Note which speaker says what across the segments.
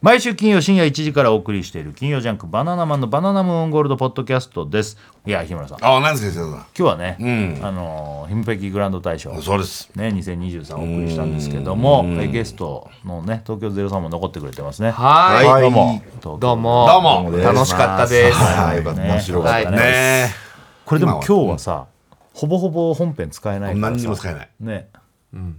Speaker 1: 毎週金曜深夜1時からお送りしている金曜ジャンクバナナマンのバナナムーンゴールドポッドキャストですいや日村さん今
Speaker 2: ああ、なんですか、先生
Speaker 1: 日はね、
Speaker 2: ん
Speaker 1: あのーヒムペキグランド大賞
Speaker 2: そうです。
Speaker 1: ね、2023お送りしたんですけども、えゲストのね、東京ゼロさんも残ってくれてますね。
Speaker 3: はい
Speaker 4: はい
Speaker 1: どうも。東
Speaker 3: どう
Speaker 1: 京
Speaker 3: も
Speaker 2: どうもです
Speaker 3: 楽しかったです
Speaker 4: はい、面白かったね。
Speaker 2: ね
Speaker 1: これでも今日はさ、ほぼほぼ本編使えな
Speaker 2: え。
Speaker 1: いからさ。
Speaker 2: 何にも使えない。
Speaker 1: ね。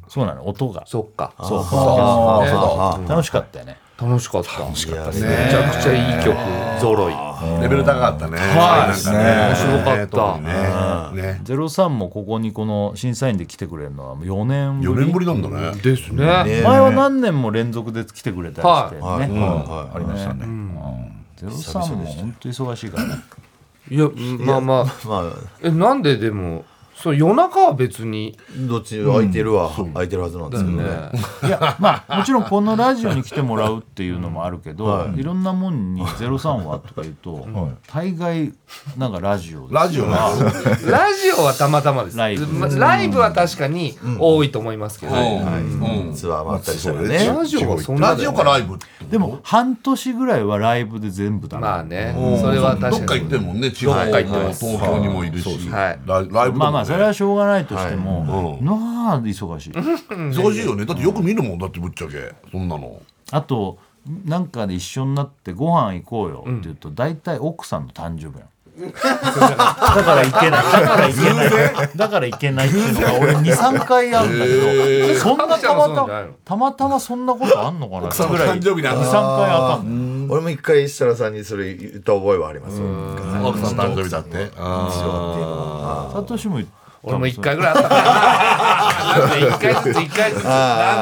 Speaker 1: そうなの、音が。
Speaker 3: そっか
Speaker 1: そう
Speaker 4: あー
Speaker 1: そう楽しかったよね。
Speaker 3: 楽しかった楽しかった
Speaker 4: そうだ
Speaker 3: めちゃくちゃいい曲揃い
Speaker 2: レベル高かったね。
Speaker 1: はい
Speaker 2: なんか
Speaker 3: 面白かっ
Speaker 2: ね。特にね。ね。
Speaker 1: ゼロさんもここにこの審査員で来てくれるのは4年ぶ
Speaker 2: 4
Speaker 1: り。
Speaker 2: 年ぶりなんだね。
Speaker 3: ですね
Speaker 1: 前は何年も連続で来てくれたりしてね。
Speaker 4: はい、
Speaker 1: うん
Speaker 4: はい、ありましたね。
Speaker 1: ゼロさんも本当忙しいからね。
Speaker 3: いやまあまあ
Speaker 4: ま
Speaker 3: えなんででもそう夜中は別に
Speaker 4: あ、どっち空いてるは、空いてるはずなんですけど
Speaker 3: ね
Speaker 4: ね。
Speaker 1: いや まあもちろんこのラジオに来てもらうっていうのもあるけど、い、ろんなもんに「03は」とか言うと、大概なんかラジオです
Speaker 2: ラジオね。
Speaker 3: ラジオはたまたまです
Speaker 1: ライブ
Speaker 3: まライブは確かに多いと思いますけ
Speaker 2: う
Speaker 3: ど
Speaker 2: ん。
Speaker 4: ツアーもあったりしたら
Speaker 2: そう
Speaker 4: ね。
Speaker 3: ラジオはそんな
Speaker 2: ラ
Speaker 3: だ
Speaker 2: ジ
Speaker 3: よ
Speaker 2: オ
Speaker 3: ね
Speaker 2: かライブってこと
Speaker 1: でも半年ぐらいはライブで全部だな、
Speaker 3: まあねそれは
Speaker 2: どっ
Speaker 3: 確
Speaker 2: か
Speaker 3: か
Speaker 2: 行っ
Speaker 3: に
Speaker 2: てるもんね。地方
Speaker 3: どっか行ってます
Speaker 2: 東京にもいるし。
Speaker 3: は
Speaker 2: ラ
Speaker 3: い
Speaker 2: ライブだもんね
Speaker 1: まあまあそれはしょうがないとしても、
Speaker 2: うん
Speaker 1: なあ忙しい、
Speaker 2: 忙しいよね。だってよく見るもんだってぶっちゃけ。そんなの。
Speaker 1: あとなんかで一緒になってご飯行こうよって言うと、大体奥さんの誕 生日なの。だから行けないだから行けないだから行けないっていうのが俺23回あるんだけどそんなたま
Speaker 3: そ
Speaker 1: たま
Speaker 3: うなんじゃないの
Speaker 1: たまたまそんなことあんのかな
Speaker 2: さんの誕生日なんだ
Speaker 1: 23回あったんだよ
Speaker 4: 俺も一回設楽さんにそれ言った覚えはありますよ。
Speaker 2: 奥さんの誕生日だって。あ
Speaker 1: サトシも言った
Speaker 3: 俺も一回ぐらいあったからななんで一回ずつ一回ずつなん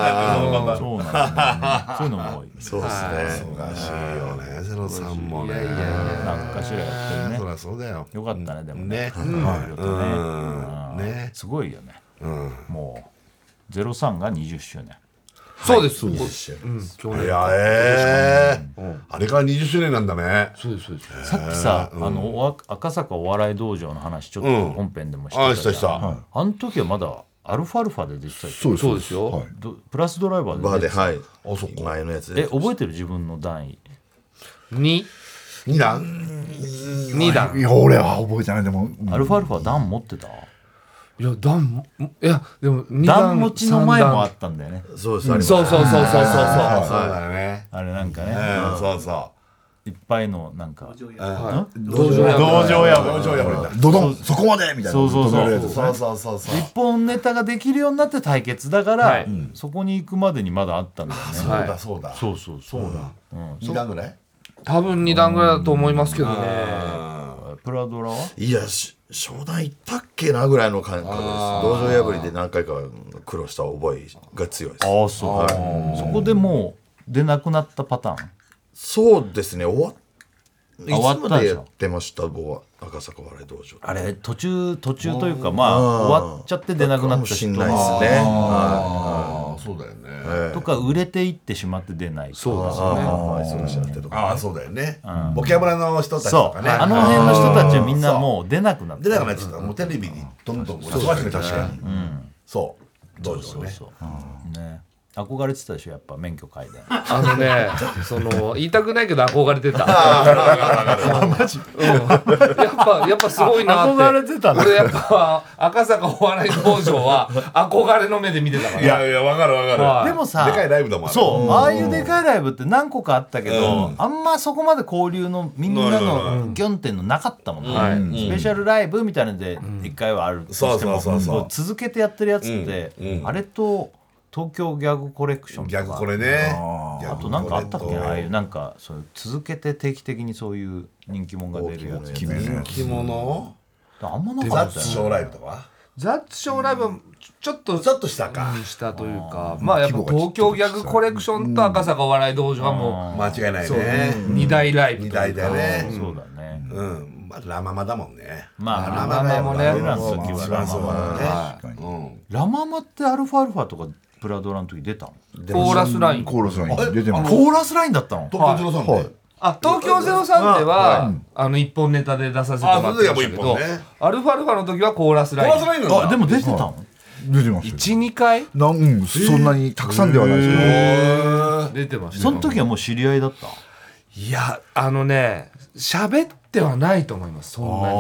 Speaker 3: だろう
Speaker 1: そうなんだ、ね、そういうのも多い
Speaker 4: そうですね。
Speaker 2: あ。いいよね。ゼロさんもね。
Speaker 1: なんかしらやってる
Speaker 2: そり
Speaker 1: ね
Speaker 2: ゃそうだよ。
Speaker 1: よかったねでも
Speaker 2: ね。
Speaker 1: はいろいろと
Speaker 2: う
Speaker 1: ね
Speaker 2: ん
Speaker 1: うん
Speaker 2: ね
Speaker 1: すごいよね、もう03が20周年
Speaker 3: そうですそうです
Speaker 4: す
Speaker 3: 去
Speaker 2: い
Speaker 3: 年
Speaker 2: やええあれから20周年なんだね。
Speaker 3: そうですそうです
Speaker 1: さっきさ、あのおわ赤坂お笑い道場の話ちょっ
Speaker 2: う
Speaker 1: と
Speaker 2: ん
Speaker 1: 本編でもして
Speaker 2: あ
Speaker 1: た
Speaker 2: あ、し
Speaker 1: じゃ
Speaker 2: た
Speaker 1: ん
Speaker 2: した。
Speaker 1: あの時はまだアルファルファで出てた
Speaker 4: そうです
Speaker 3: そうですよ
Speaker 4: はい
Speaker 1: どプラスドライバーで
Speaker 4: バー
Speaker 1: 出
Speaker 4: で、
Speaker 1: てた
Speaker 4: はい。
Speaker 2: そっか
Speaker 4: 前のやつ
Speaker 1: え
Speaker 4: で。
Speaker 1: 覚えてる自分の段位
Speaker 3: 二
Speaker 2: 二段
Speaker 3: 二段
Speaker 5: いや俺は覚えてないでも
Speaker 1: アルファルファ段持ってた
Speaker 3: いや段もいやでも二
Speaker 1: 段持ちの前もあ
Speaker 3: っ
Speaker 1: ったんだよね
Speaker 4: そうです、あります。
Speaker 3: そうそうそうそうそう
Speaker 2: あ
Speaker 3: そう
Speaker 2: そうだよね。
Speaker 1: あれなんかね、
Speaker 2: うん、そうそ
Speaker 1: いっぱいのなんか
Speaker 3: 道場や
Speaker 1: 道場や
Speaker 2: う。道場破れた。
Speaker 5: ドドンそこまでみたいな
Speaker 1: そうそうそう
Speaker 5: ドドンやつですね
Speaker 2: そうそうそうそう。
Speaker 1: 一本ネタができるようになって対決だから、
Speaker 3: はい
Speaker 1: うんそこに行くまでにまだあったんだよね
Speaker 2: そうだそうだ。
Speaker 1: そうそうそうだ、
Speaker 2: 二段ぐらい
Speaker 3: 多分二段ぐらいだと思いますけどね
Speaker 1: プラドラはい
Speaker 4: や、し初段行ったっけなぐらいの感覚です。道場破りで何回か苦労した覚えが強いです。
Speaker 1: ああそう、そこでもう出なくなったパターン
Speaker 4: そうですね、終わっい
Speaker 1: 終わった
Speaker 4: つまで
Speaker 1: でし
Speaker 4: や
Speaker 1: ょ
Speaker 4: ってました、僕は赤坂笑い道場。
Speaker 1: あれ途中途中というかまあ終わっちゃって出なくな
Speaker 4: か
Speaker 1: っ
Speaker 4: も
Speaker 1: た
Speaker 4: し
Speaker 1: 人
Speaker 4: んないですね。
Speaker 2: あ
Speaker 4: は
Speaker 2: あ、そうだよね。
Speaker 1: とか売れていってしまって出ないそう
Speaker 4: いはいそうでしたけど。
Speaker 2: ああ、そうだよね。ボキャブラの人たちとかね。
Speaker 1: あの辺の人たちはみんなもう出なくなっ
Speaker 2: 出
Speaker 1: た
Speaker 2: なくなっちゃった。もうテレビにどんどん忙しくなっちゃう。そう。道場ね。
Speaker 1: そうね憧れてたでしょやっぱ免許改伝
Speaker 3: あのね、その言いたくないけど憧れてた。マジ。うんやっぱやっぱすごいなって。
Speaker 1: 憧れてたね
Speaker 3: 俺やっぱ赤坂お笑い道場は憧れの目で見てたから。
Speaker 2: いやいや、わかるわか
Speaker 3: は
Speaker 2: る。
Speaker 3: い
Speaker 1: でもさ
Speaker 2: でかいライブだもんあれ
Speaker 1: そう、ああいうでかいライブって何個かあったけど、あんまそこまで交流のみんなのギョンってのなかったもんね、
Speaker 3: はい
Speaker 1: うんスペシャルライブみたいなので1回はあるとして
Speaker 2: そ
Speaker 1: も、
Speaker 2: うそうそうそう
Speaker 1: こ続けてやってるやつって、
Speaker 2: うんうん
Speaker 1: あれと東京ギャグコレクションとか
Speaker 2: 逆これね。
Speaker 1: あとなんかあったっけああいうなんかそういう続けて定期的にそういう人気者が出るやつ
Speaker 2: 人気者
Speaker 1: あんまなか
Speaker 2: ザッ
Speaker 1: っ
Speaker 2: ツ
Speaker 1: たよね
Speaker 2: ショーライブとか
Speaker 3: ザッツショーライブはちょっと
Speaker 2: ちょっとしたか
Speaker 3: したというか、まあやっぱ東京ギャグコレクションと赤坂お笑い道場はも
Speaker 2: 間違いないうね
Speaker 3: 二大ライブと
Speaker 2: 二
Speaker 3: いうか。
Speaker 2: 大だよね
Speaker 1: そうだね、
Speaker 2: うんまあラママだもんね
Speaker 1: まあ
Speaker 3: ラママもね
Speaker 1: 俺らの時はラマ
Speaker 2: そう
Speaker 1: マ
Speaker 2: だ
Speaker 5: 確かに
Speaker 2: ね
Speaker 1: ラママってアルファアルファとかプラドラの時出たの
Speaker 3: コーラスライン。
Speaker 5: コーラスライン出てます
Speaker 1: コーラスラインだったの
Speaker 2: 東京ゼロさんで
Speaker 3: あ東京ゼロ三ではあの一本ネタで出させてもらってましたけ
Speaker 2: あその時はも
Speaker 3: ど
Speaker 2: う一本ね、
Speaker 3: アルファアルファの時はコーラスライン。
Speaker 2: コーラスラインなん
Speaker 1: あ
Speaker 2: だ
Speaker 1: でも出てたの、
Speaker 5: 出てますよ
Speaker 3: 12回
Speaker 5: なんうんそんなにたくさんではないですけど
Speaker 3: 出てました
Speaker 1: その時はもう知り合いだった
Speaker 3: いやあのね喋ってはないと思いますそんなに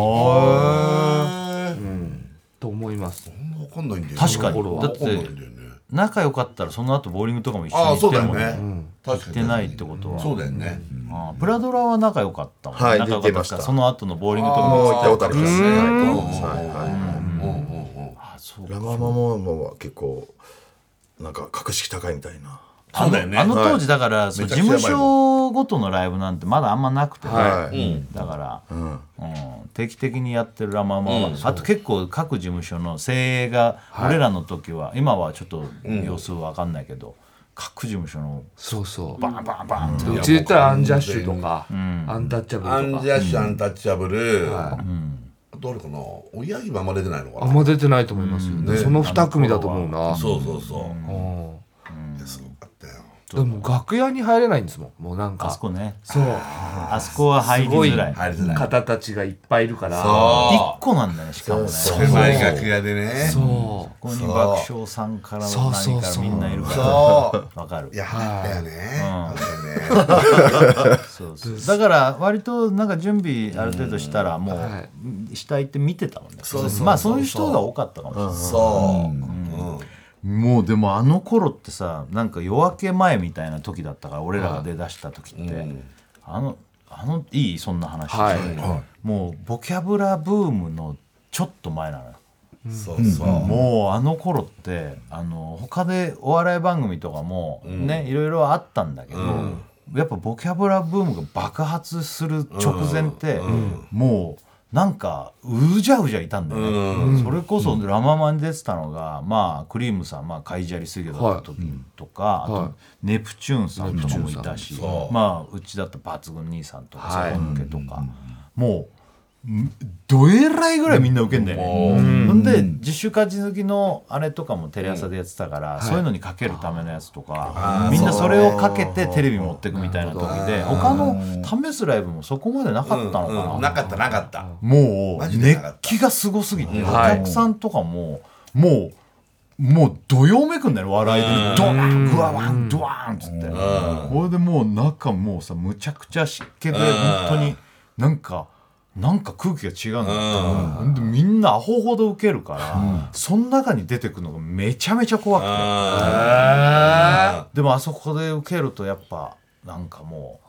Speaker 3: と思います
Speaker 2: 分かんないんだよね
Speaker 1: 確かに
Speaker 2: わんないんだよね
Speaker 1: 仲良かったらその後ボーリングとかも一緒に
Speaker 2: あ
Speaker 1: 行
Speaker 2: あ
Speaker 1: っ
Speaker 2: そう
Speaker 1: て
Speaker 2: だ
Speaker 1: る
Speaker 2: よ
Speaker 1: もん
Speaker 2: ね、確か
Speaker 1: 行っ
Speaker 2: に
Speaker 1: てないってことは
Speaker 2: そうだよね、
Speaker 1: ああプラドラは仲良かったもんね
Speaker 4: はい
Speaker 1: 仲良か
Speaker 4: 出
Speaker 1: ってた
Speaker 4: ま
Speaker 1: し
Speaker 4: したた
Speaker 1: その後のボーリングとか
Speaker 4: も
Speaker 1: も
Speaker 4: う行ったことありますね。はいはいはい
Speaker 1: ああそう
Speaker 4: ラママももう結構なんか格式高いみたいな。
Speaker 2: そうだよね
Speaker 1: あの
Speaker 4: はい
Speaker 1: 当時だから、その事
Speaker 2: めちゃくちゃ
Speaker 1: 務
Speaker 2: やばい
Speaker 1: 所ごとのライブなんてまだあんまなくてね、
Speaker 4: は
Speaker 1: だから、
Speaker 4: うん
Speaker 1: うん定期的にやってるラ・ママは、あと結構各事務所の精鋭が俺らの時は、今はちょっと様子わかんないけど、各事務所の
Speaker 3: そうそう
Speaker 1: バンバンバンって、
Speaker 3: うちで言ったらアンジャッシュとかアンタッチャ
Speaker 2: ア
Speaker 3: ブル
Speaker 2: ン
Speaker 3: と
Speaker 2: ジ
Speaker 3: か
Speaker 2: ャッシュ、アンタッチャブル、
Speaker 3: は
Speaker 2: あとあれかなおやぎばあんま出てないのか
Speaker 3: あ
Speaker 2: なん
Speaker 3: ま出てないと思いますよねその2組だと思うな
Speaker 2: そうそうそう、
Speaker 3: うん
Speaker 2: いやすごかったよ
Speaker 3: でも楽屋に入れないんですもんもうなん
Speaker 1: あ
Speaker 3: か
Speaker 1: そこね
Speaker 3: そう
Speaker 1: あそこは入り
Speaker 3: すごい
Speaker 1: づらい
Speaker 2: 入りづらい
Speaker 3: 方たちがいっぱいいるから
Speaker 1: 1個なんだねしかもね
Speaker 4: そう
Speaker 2: 狭い楽屋でね
Speaker 3: そう
Speaker 1: ここに爆笑さんからの何からみんないる
Speaker 2: そ
Speaker 1: からわかる
Speaker 2: いやあったよねあったよね
Speaker 1: そうそうだから割となんか準備ある程度したらもう、
Speaker 3: は
Speaker 1: 下行って見てたもんね
Speaker 2: そうそうそう
Speaker 1: まあそういう人が多かったかもしれない、
Speaker 2: そう、うん
Speaker 1: もうでもあの頃ってさなんか夜明け前みたいな時だったから俺らが出だした時って、あのあのいいそんな話、
Speaker 3: はい
Speaker 1: もうボキャブラブームのちょっと前なのよ
Speaker 2: そうそう、
Speaker 1: もうあの頃ってあの他でお笑い番組とかもね、いろいろあったんだけど、やっぱボキャブラブームが爆発する直前って、もうなんかうじゃうじゃいたんだよね、それこそ「ラ・ママ」に出てたのが、まあクリームさん、まあ、カイジャリ水魚だった時とか、
Speaker 3: はい
Speaker 1: あとネプチューンさんとかもいたし、まあうちだった抜群兄さんとか
Speaker 3: は
Speaker 1: さ
Speaker 3: い
Speaker 1: 本家とか、もう。どえらいぐらいみんな受けんだよね、ほんで自主勝ち抜きのあれとかもテレ朝でやってたから、そういうのにかけるためのやつとかみんなそれをかけてテレビ持ってくみたいな時で他の試すライブもそこまでなかったのかな、
Speaker 2: うんなかったなかった
Speaker 1: もう
Speaker 2: マジでな
Speaker 1: 熱
Speaker 2: かった
Speaker 1: 気がすごすぎて、
Speaker 3: は
Speaker 1: お
Speaker 3: い
Speaker 1: 客さんとかももうもうどよめくんだよね笑いでドワングワワンドワンっつってこれでもう中もうさむちゃくちゃ湿気で本当になんかなんか空気が違うんだよほんでみんなアホほどウケるからその中に出てくのがめちゃめちゃ怖くてでもあそこでウケるとやっぱなんかも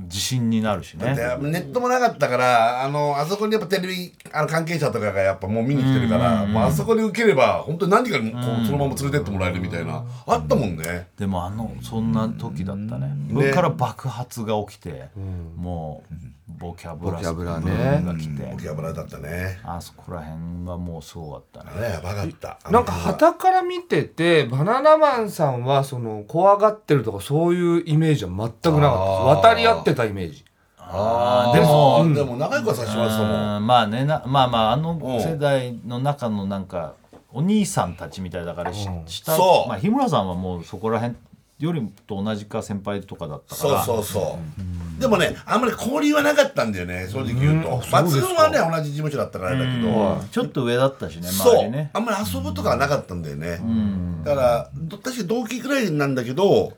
Speaker 1: う自信になるしね
Speaker 2: でネットもなかったからあのあそこにやっぱテレビあの関係者とかがやっぱもう見に来てるから、まあ、あそこで受ければ本当に何かにこうそのまま連れてってもらえるみたいな、あったもんね
Speaker 1: でもあのそんな時だったね、それから爆発が起きて、もうボキャブラ
Speaker 3: ボキャブラね
Speaker 1: ブームが来て、
Speaker 2: ボキャブラだったね
Speaker 1: あそこら辺はもうすごかった
Speaker 2: あ
Speaker 1: ね
Speaker 2: れはやばかった
Speaker 3: なんか旗から見ててバナナマンさんはその怖がってるとかそういうイメージは全くなかったです渡り合ってたイメージ
Speaker 2: あ
Speaker 1: ー
Speaker 2: で
Speaker 1: でも
Speaker 2: も、でも仲良くはさせてもらってたもん
Speaker 1: うんまあねなまあまああの世代の中のなんかお兄さんたちみたいだからし下、
Speaker 2: そう
Speaker 1: まあ、日村さんはもうそこら辺よりと同じか先輩とかだったか
Speaker 2: そう
Speaker 1: ら
Speaker 2: そうそうでもねあんまり交流はなかったんだよね正直言うと抜群はね同じ事務所だったからあれだけど、
Speaker 1: うんちょっと上だったしね周
Speaker 2: そ
Speaker 1: り
Speaker 2: う、
Speaker 1: ね
Speaker 2: あんまり遊ぶとかはなかったんだよね、だからど確かに同期くらいなんだけど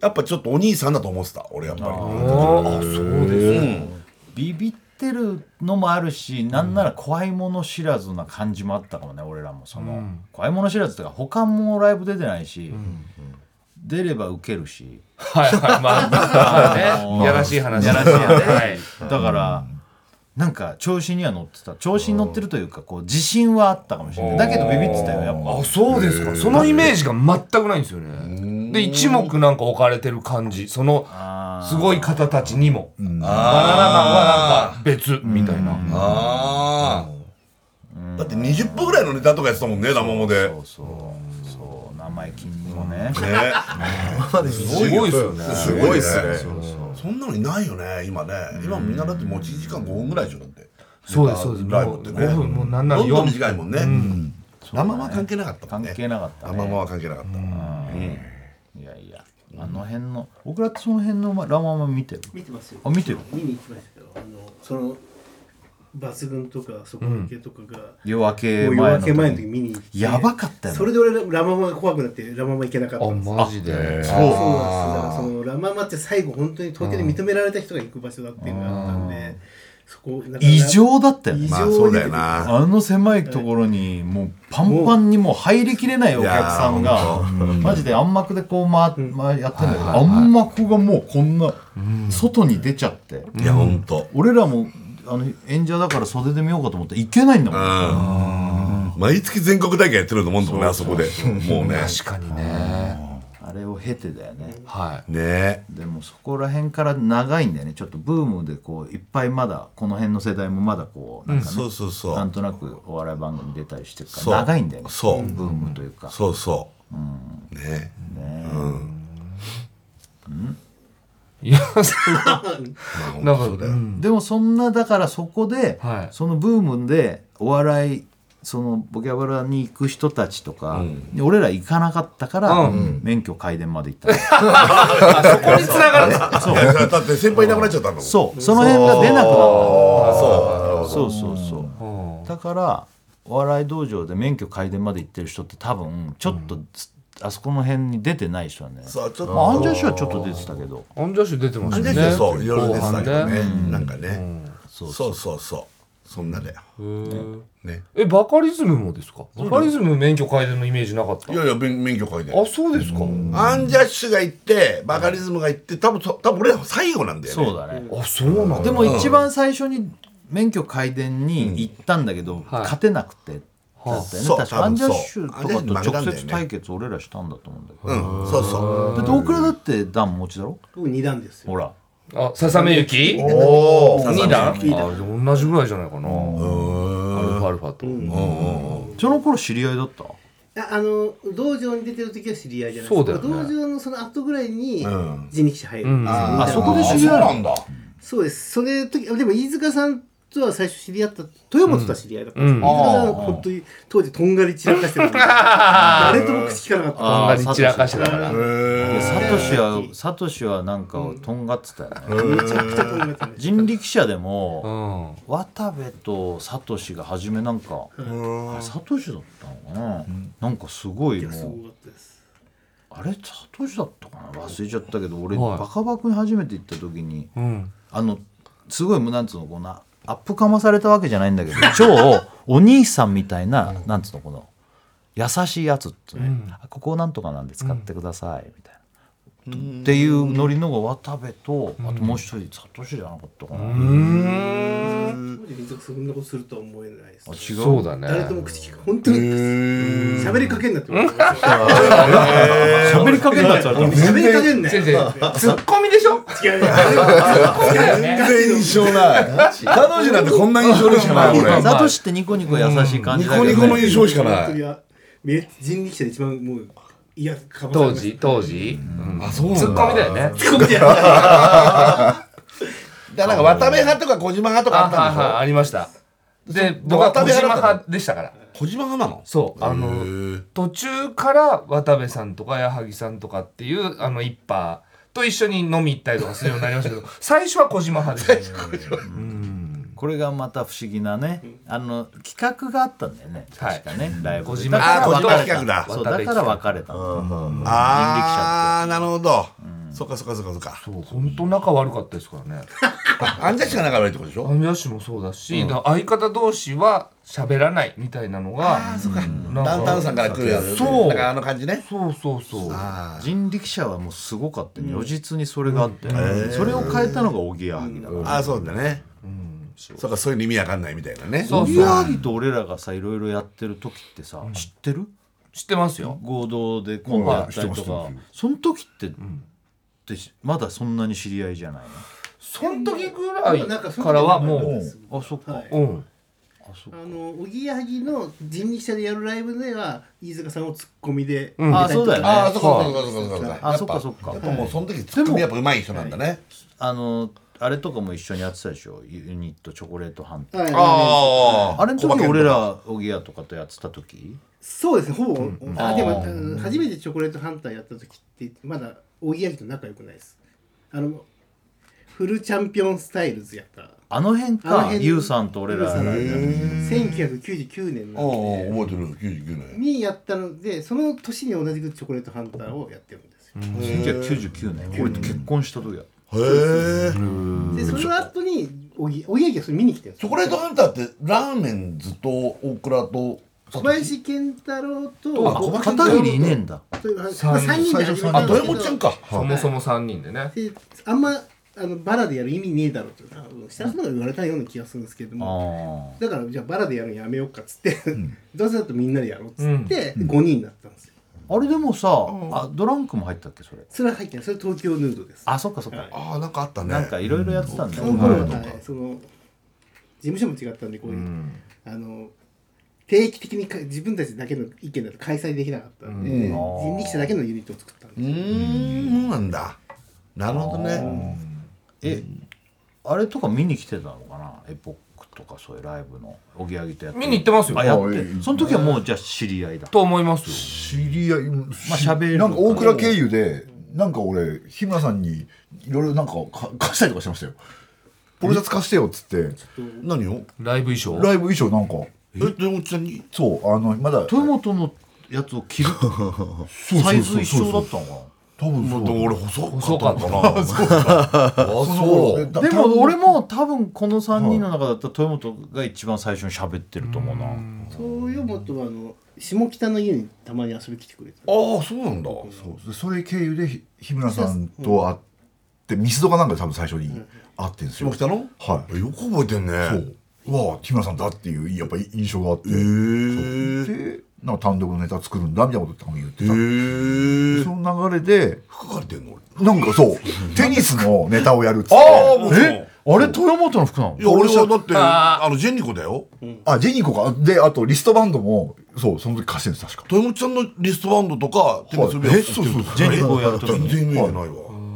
Speaker 2: やっぱちょっとお兄さんだと思ってた俺やっぱり
Speaker 3: あそうです
Speaker 2: うん
Speaker 1: ビビってるのもあるしなんなら怖いもの知らずな感じもあったかもね、俺らもその、怖いもの知らずっていうか他もライブ出てないし、出ればウケるし
Speaker 3: はい はいまあまあねやらしい話
Speaker 1: やらしい話
Speaker 3: はい
Speaker 1: だから、なんか調子には乗ってた調子に乗ってるというかこう自信はあったかもしれないだけどビビってたよやっぱ
Speaker 3: あそうですかそのイメージが全くないんですよねで一目なんか置かれてる感じその
Speaker 1: あ
Speaker 3: すごい方たちにもバナナマンはなんか別みたいな
Speaker 2: ああだって20分ぐらいのネタとかやってたもんね生もで
Speaker 1: ーそうそうそう生意気にもね、
Speaker 2: ね
Speaker 3: すごいですよね
Speaker 4: すごいですね。
Speaker 2: そんなのいないよね今ね今みんなだってもう1時間5分ぐらいでしょだって
Speaker 3: そうですそうです
Speaker 2: ライ
Speaker 3: も
Speaker 2: ブっ
Speaker 3: う
Speaker 2: て
Speaker 3: 5
Speaker 2: ね
Speaker 3: 分もうなんなら
Speaker 2: どんどん
Speaker 3: 4
Speaker 2: 短いもんね、生は関係なかったもんね
Speaker 1: 関係なかったね
Speaker 2: 生は関係なかった、
Speaker 1: いやいやあの辺の僕らってその辺のラママ見てる
Speaker 6: 見てますよ
Speaker 1: あ見てる
Speaker 6: 見に行きましたけどあのその抜群とかそこだけとかが、
Speaker 1: 夜明け
Speaker 6: もう
Speaker 1: 前の
Speaker 6: 夜明け前の時見に行って
Speaker 1: やばかったよね
Speaker 6: それで俺ラ・ママが怖くなってラ・ママ行けなかった
Speaker 3: あ
Speaker 6: んですよ
Speaker 3: マジで
Speaker 6: そうなんですよだからそのラ・ママって最後本当に東京で認められた人が行く場所だっていうのがあったんでそこなんか
Speaker 1: 異常だったよね
Speaker 6: 異常
Speaker 4: まあそうだよな
Speaker 1: あの狭いところにもうパンパンにもう入りきれないお客さん
Speaker 4: いや
Speaker 1: がマジで暗幕でこう回回やってんだけど暗幕がもうこんな外に出ちゃって
Speaker 4: いやほんと
Speaker 1: 俺らもあの演者だから袖で見ようかと思ったらいけないんだもん
Speaker 4: 毎月全国大会やってると思うんだもんねあそこでもうね
Speaker 3: 確かにね
Speaker 1: あれを経てだよね
Speaker 3: はい
Speaker 4: ね
Speaker 1: でもそこら辺から長いんだよねちょっとブームでこういっぱいまだこの辺の世代もまだこうなんかね
Speaker 4: そうそうそ
Speaker 1: なん
Speaker 4: う
Speaker 1: となくお笑い番組出たりしてるか
Speaker 4: そう
Speaker 1: ら長いんだよね
Speaker 4: そう
Speaker 1: ブームというか
Speaker 4: そうそうね
Speaker 3: いやそうなんかうん
Speaker 1: でもそんなだからそこで、
Speaker 3: はい
Speaker 1: そのブームでお笑いそのボキャブラに行く人たちとか、俺ら行かなかったから、免許改伝まで行ったの
Speaker 3: そこに繋がるんです
Speaker 4: いやだって先輩いなくなっちゃったんだもん
Speaker 1: そうその辺が出なくなったの
Speaker 4: そう
Speaker 1: そうそうそうだからお笑い道場で免許改伝まで行ってる人って多分ちょっと、あそこの辺に出てない人はね
Speaker 4: そうちょっ
Speaker 1: まあ、アンジャッ
Speaker 4: と
Speaker 1: シュはちょっと出てたけど
Speaker 3: アンジャッシュ出てま
Speaker 4: あ
Speaker 3: す
Speaker 4: れ
Speaker 3: よ
Speaker 4: だけど
Speaker 3: ね
Speaker 4: そういろいろ
Speaker 3: 後
Speaker 4: 出てた
Speaker 3: 半
Speaker 4: けど
Speaker 3: ね
Speaker 4: ねなんかねそうそうそうそんなだよ
Speaker 3: へー
Speaker 4: ね
Speaker 3: えバカリズムもですかバカリズム免許改善のイメージなかった
Speaker 4: いやいや免免許書いて
Speaker 3: あそうですか
Speaker 4: アンジャッシュが行ってバカリズムが行って多分そ多分俺ら最後なんだよね
Speaker 1: そうだね、
Speaker 3: あそうなん
Speaker 1: で
Speaker 3: だ
Speaker 1: も一番最初に免許改伝に行ったんだけど、
Speaker 3: はい
Speaker 1: 勝てなくてだったよね、
Speaker 4: そう
Speaker 1: 確かアンジャッシュ
Speaker 4: 多分そう
Speaker 1: とかと
Speaker 4: アンジ
Speaker 1: 直
Speaker 4: ャッシュ負けたんだよ
Speaker 1: 接
Speaker 4: ね
Speaker 1: 対決俺らしたんだと思うんだけど、
Speaker 4: うんそうそう
Speaker 1: だって大倉だって段持ちだろ
Speaker 6: 僕二段ですよ
Speaker 1: ほら
Speaker 3: あささめゆき
Speaker 4: おお
Speaker 3: 二段あ
Speaker 6: 二段
Speaker 3: 同じぐらいじゃないかなアルファアルファと
Speaker 1: その頃知り合いだった
Speaker 6: いやあの道場に出てる時は知り合いじゃない
Speaker 3: そうだよね
Speaker 6: 道場のその後ぐらいに人力車入る、
Speaker 3: うん
Speaker 1: あそこで知
Speaker 2: そ
Speaker 1: り
Speaker 2: う
Speaker 1: 合
Speaker 2: ないんだ
Speaker 6: そうですそれ時でも飯塚さんとは最初知り合った豊本とは知り合いだったん
Speaker 3: う
Speaker 6: です
Speaker 3: ん
Speaker 6: けど、飯塚さんは本当に当時とんがり散らかしてたんで誰とも口聞かなかっ
Speaker 3: あん
Speaker 1: あ
Speaker 3: ま
Speaker 1: ー
Speaker 3: り散らかしてたから
Speaker 1: いやサトシはサトシはなんかとんがってたよね、
Speaker 6: ためちゃくちゃとんがってました
Speaker 1: 人力車で
Speaker 3: う
Speaker 1: も、
Speaker 3: ん
Speaker 1: 渡部とサトシが初めなんか、あれサトシだったのかな、なんかすごい
Speaker 6: いやす
Speaker 1: もう
Speaker 6: ごかったです
Speaker 1: あれサトシだったかな忘れちゃったけど俺、
Speaker 3: はい
Speaker 1: バカバカに初めて行った時に
Speaker 3: うん
Speaker 1: あのすごいなんつうのこんなアップかまされたわけじゃないんだけど 超お兄さんみたいな、なんつうのこの優しいやつってね、あここをなんとかなんで使ってください、みたいな。っていうノリのが渡部とあともう一人サトシじゃなかったかな、
Speaker 6: 当時飯塚さんそんなことするとは思えないです
Speaker 1: あ違う
Speaker 3: そうだね
Speaker 6: 誰とも口聞か本当に喋りかけんなって思いました
Speaker 1: 喋りかけんなっちゃった
Speaker 6: 喋りかけんな
Speaker 3: 先
Speaker 6: よ
Speaker 3: 生ツッコミでしょ
Speaker 6: 違う違う
Speaker 4: 全然印象ない彼女なんてこんな印象でしか ない俺
Speaker 1: サトシってニコニコ優しい感
Speaker 4: ニ
Speaker 1: じだけど、
Speaker 4: コ
Speaker 1: ね
Speaker 4: ニコの印象しか
Speaker 6: 本
Speaker 4: な
Speaker 6: 当に
Speaker 4: い
Speaker 6: あめ人力車で一番もういやかばされ
Speaker 3: 当
Speaker 6: まし
Speaker 3: 時当時
Speaker 4: あそうなん
Speaker 3: ツッコミだよね
Speaker 6: たここじゃ
Speaker 4: だからなんか渡部派とか小島派とかあ
Speaker 3: あ
Speaker 4: った
Speaker 3: は
Speaker 4: ん
Speaker 3: い
Speaker 4: で
Speaker 3: はいありましたで僕は小島派でしたから
Speaker 4: しょ小島派なの
Speaker 3: そうあの途中から渡部さんとか矢作さんとかっていうあの一派と一緒に飲み行ったりとかするようになりましたけど最初は小島派です
Speaker 1: これがまた不思議なねあの企画があったんだよね
Speaker 3: はい
Speaker 1: 確かね、ライブ
Speaker 3: 小
Speaker 1: で
Speaker 3: 島
Speaker 1: だから
Speaker 4: あー小島
Speaker 1: 別れた
Speaker 4: 企画だ
Speaker 1: そうだから別れたの
Speaker 4: ああなるほどそっかそっかそっかそっか
Speaker 3: そう本当仲悪かったですからね
Speaker 4: アンジャッシュが仲悪いってことでし
Speaker 3: ア
Speaker 4: ょ
Speaker 3: ンジャッシュもそうだし、だから相方同士は喋らないみたいなのがなんか
Speaker 4: ダウンタウンさんから来るやつ
Speaker 3: そう
Speaker 4: なんかあの感じね
Speaker 3: そうそうそう
Speaker 1: 人力車はもうすごかったよ如実にそれがあって、それを変えたのがおぎやはぎだから
Speaker 4: ああそうだねそっかそういうの意味わかんないみたいなね
Speaker 3: そう
Speaker 1: おぎやはぎと俺らがさいろいろやってる時ってさ、知ってる
Speaker 3: 知ってますよ
Speaker 1: 合同でコントやったりとか、
Speaker 5: うん知って
Speaker 1: その時って,、ってしまだそんなに知り合いじゃない
Speaker 3: その時ぐらい
Speaker 6: なんか
Speaker 3: からはもう
Speaker 1: のあそっか、
Speaker 6: はい
Speaker 3: うん
Speaker 6: あのおぎやはぎの人力車でやるライブでは飯塚さんをツッコミで、
Speaker 3: ん
Speaker 1: あそうだよね
Speaker 4: ああそっかそっかそっかそっか
Speaker 1: あそっかそっか
Speaker 4: やっぱもうその時ツッコミやっぱ上手い人なんだね
Speaker 1: あのあれとかも一緒にやってたでしょユニットチョコレートハンター
Speaker 6: はい
Speaker 4: あ
Speaker 1: あれの時俺らおぎやとかとやってた時
Speaker 6: そうですねほぼ、あでもあの初めてチョコレートハンターやった時ってまだおぎやはぎと仲良くないですあのフルチャンピオンスタイルズやった
Speaker 1: あの辺
Speaker 6: あの
Speaker 1: か
Speaker 6: 辺
Speaker 1: ゆうさんと俺ら
Speaker 6: ユウさん
Speaker 2: へ
Speaker 6: 1999年
Speaker 2: あ
Speaker 6: な
Speaker 2: あ
Speaker 6: んで
Speaker 2: 覚えてる99年
Speaker 6: にやったのでその年に同じくチョコレートハンターをやってるんですよ、
Speaker 1: 1999年俺と結婚した時だ
Speaker 4: へえ
Speaker 6: でその後におぎおぎやはぎがそれ見に来てるんです
Speaker 2: チョ
Speaker 6: よ
Speaker 2: コレートハンターってラーメンズとオクラと
Speaker 6: 小林健太郎と
Speaker 1: あ片桐いねえんだ
Speaker 6: 3人で始めた
Speaker 2: あ
Speaker 6: ん
Speaker 2: ど
Speaker 6: で
Speaker 2: や
Speaker 6: すけ
Speaker 2: もっちゃんか
Speaker 3: そもそも3人でね
Speaker 6: であんまあのバラでやる意味ねえだろって多分設楽さんから言われたような気がするんですけれど
Speaker 1: あ
Speaker 6: も
Speaker 1: ー
Speaker 6: だからじゃあバラでやるのやめようかっつって、どうせだとみんなでやろうっつって、5人になったんですよ
Speaker 1: あれでもさあドランクも入ったっけそれ
Speaker 6: それは入ってないそれは東京ヌードです
Speaker 1: あそっかそっか
Speaker 6: はい
Speaker 2: ああなんかあったね
Speaker 1: なんかいろいろやってたんだ
Speaker 6: そ
Speaker 1: よ
Speaker 6: の頃は、ね、その事務所も違ったんでこういう、あの定期的にか自分たちだけの意見だと開催できなかったんで、
Speaker 2: うん
Speaker 6: 人力車だけのユニットを作ったん
Speaker 2: う
Speaker 6: で
Speaker 2: ーんそうなんだなるほどね
Speaker 1: えあれとか見に来てたのかなエポックとかそういうライブのおぎやはぎとやって
Speaker 3: 見に行ってますよ
Speaker 1: あや
Speaker 5: あ
Speaker 1: っ
Speaker 5: い
Speaker 1: て
Speaker 5: い
Speaker 1: その時はもうじゃあ知り合いだ
Speaker 3: と思います
Speaker 5: 知り合い、ま
Speaker 1: あ喋る
Speaker 5: なんか大倉経由で、なんか俺、日村さんにいろいろなんかか貸したりとかしてましたよ。ポロシャツ貸してよっつって、
Speaker 2: 何を
Speaker 3: ライブ衣装
Speaker 5: ライブ衣装なんか、
Speaker 2: えどやもっちゃんに
Speaker 5: そう、あの、まだ、
Speaker 1: 豊本のやつを着るサイズ一緒だったのかな
Speaker 5: 多分
Speaker 2: も
Speaker 5: そうう
Speaker 2: でも俺細
Speaker 3: 細
Speaker 2: か
Speaker 3: かっ
Speaker 2: ったたのかな
Speaker 5: あそう
Speaker 1: でも俺も多分この3人の中だったら豊本が一番最初に喋ってると思うな
Speaker 6: そうよもとはあの下北の家にたまに遊び来てくれてた
Speaker 2: ああそうなんだ
Speaker 5: そうでそれ経由でひ日村さんと会ってミスドかなんかで多分最初に会ってるんですよ、
Speaker 2: 下北の
Speaker 5: は
Speaker 2: よく覚えてんね
Speaker 5: いそううわあ日村さんだっていうやっぱり印象があって、
Speaker 2: へえ
Speaker 5: でなんか単独のネタ作るんだみたいなこと多分言ってた、
Speaker 2: へえ
Speaker 5: その流れで
Speaker 2: 書かれてんの俺
Speaker 5: なんかそうテニスのネタをやるっつって
Speaker 2: ああもう
Speaker 1: えあれ豊本の服なの
Speaker 2: いや俺はだってあのジェニコだよ
Speaker 5: あジェニコかであとリストバンドもそうその時貸してるんです確か
Speaker 2: 豊本ちゃんのリストバンドとかテニス部屋
Speaker 5: はいえ
Speaker 2: そうそう
Speaker 1: ジェニコをやるとき
Speaker 2: 全
Speaker 1: に
Speaker 2: 然意味ないわ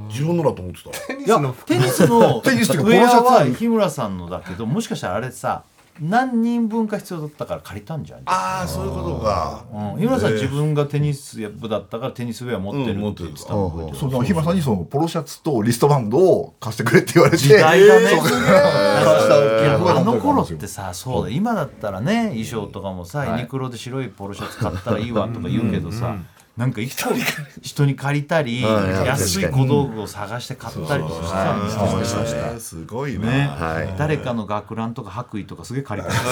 Speaker 2: 自分のだと思ってた
Speaker 1: いやテニスのウ
Speaker 5: テニスっていうか
Speaker 1: ェア
Speaker 5: ポロシャ
Speaker 1: は
Speaker 5: ツに
Speaker 1: 日村さんのだけどもしかしたらあれさ何人分か必要だったから借りたんじゃん、
Speaker 2: ああそういうことか
Speaker 1: うん、日村さん自分がテニス部だったからテニスウェア持ってる
Speaker 2: うん持っ
Speaker 1: っ
Speaker 2: て
Speaker 1: て
Speaker 2: る
Speaker 1: 言ってたの覚えてる
Speaker 5: そうだから日村さんにそのポロシャツとリストバンドを貸してくれって言われて
Speaker 1: 時代だね、
Speaker 5: そう
Speaker 1: いや
Speaker 5: そう
Speaker 1: あの頃ってさそうだ今だったらね衣装とかもさ、ユニクロで白いポロシャツ買ったらいいわとか言うけどさ、なんか人 に人に借りたり
Speaker 4: はいはい
Speaker 1: 安い小道具を探して買ったりとかしてたんですよ
Speaker 4: 思いました
Speaker 2: すごい
Speaker 1: ね、
Speaker 2: な
Speaker 4: はい
Speaker 1: 誰かの学ランとか白衣とかすげえ借りた
Speaker 2: 借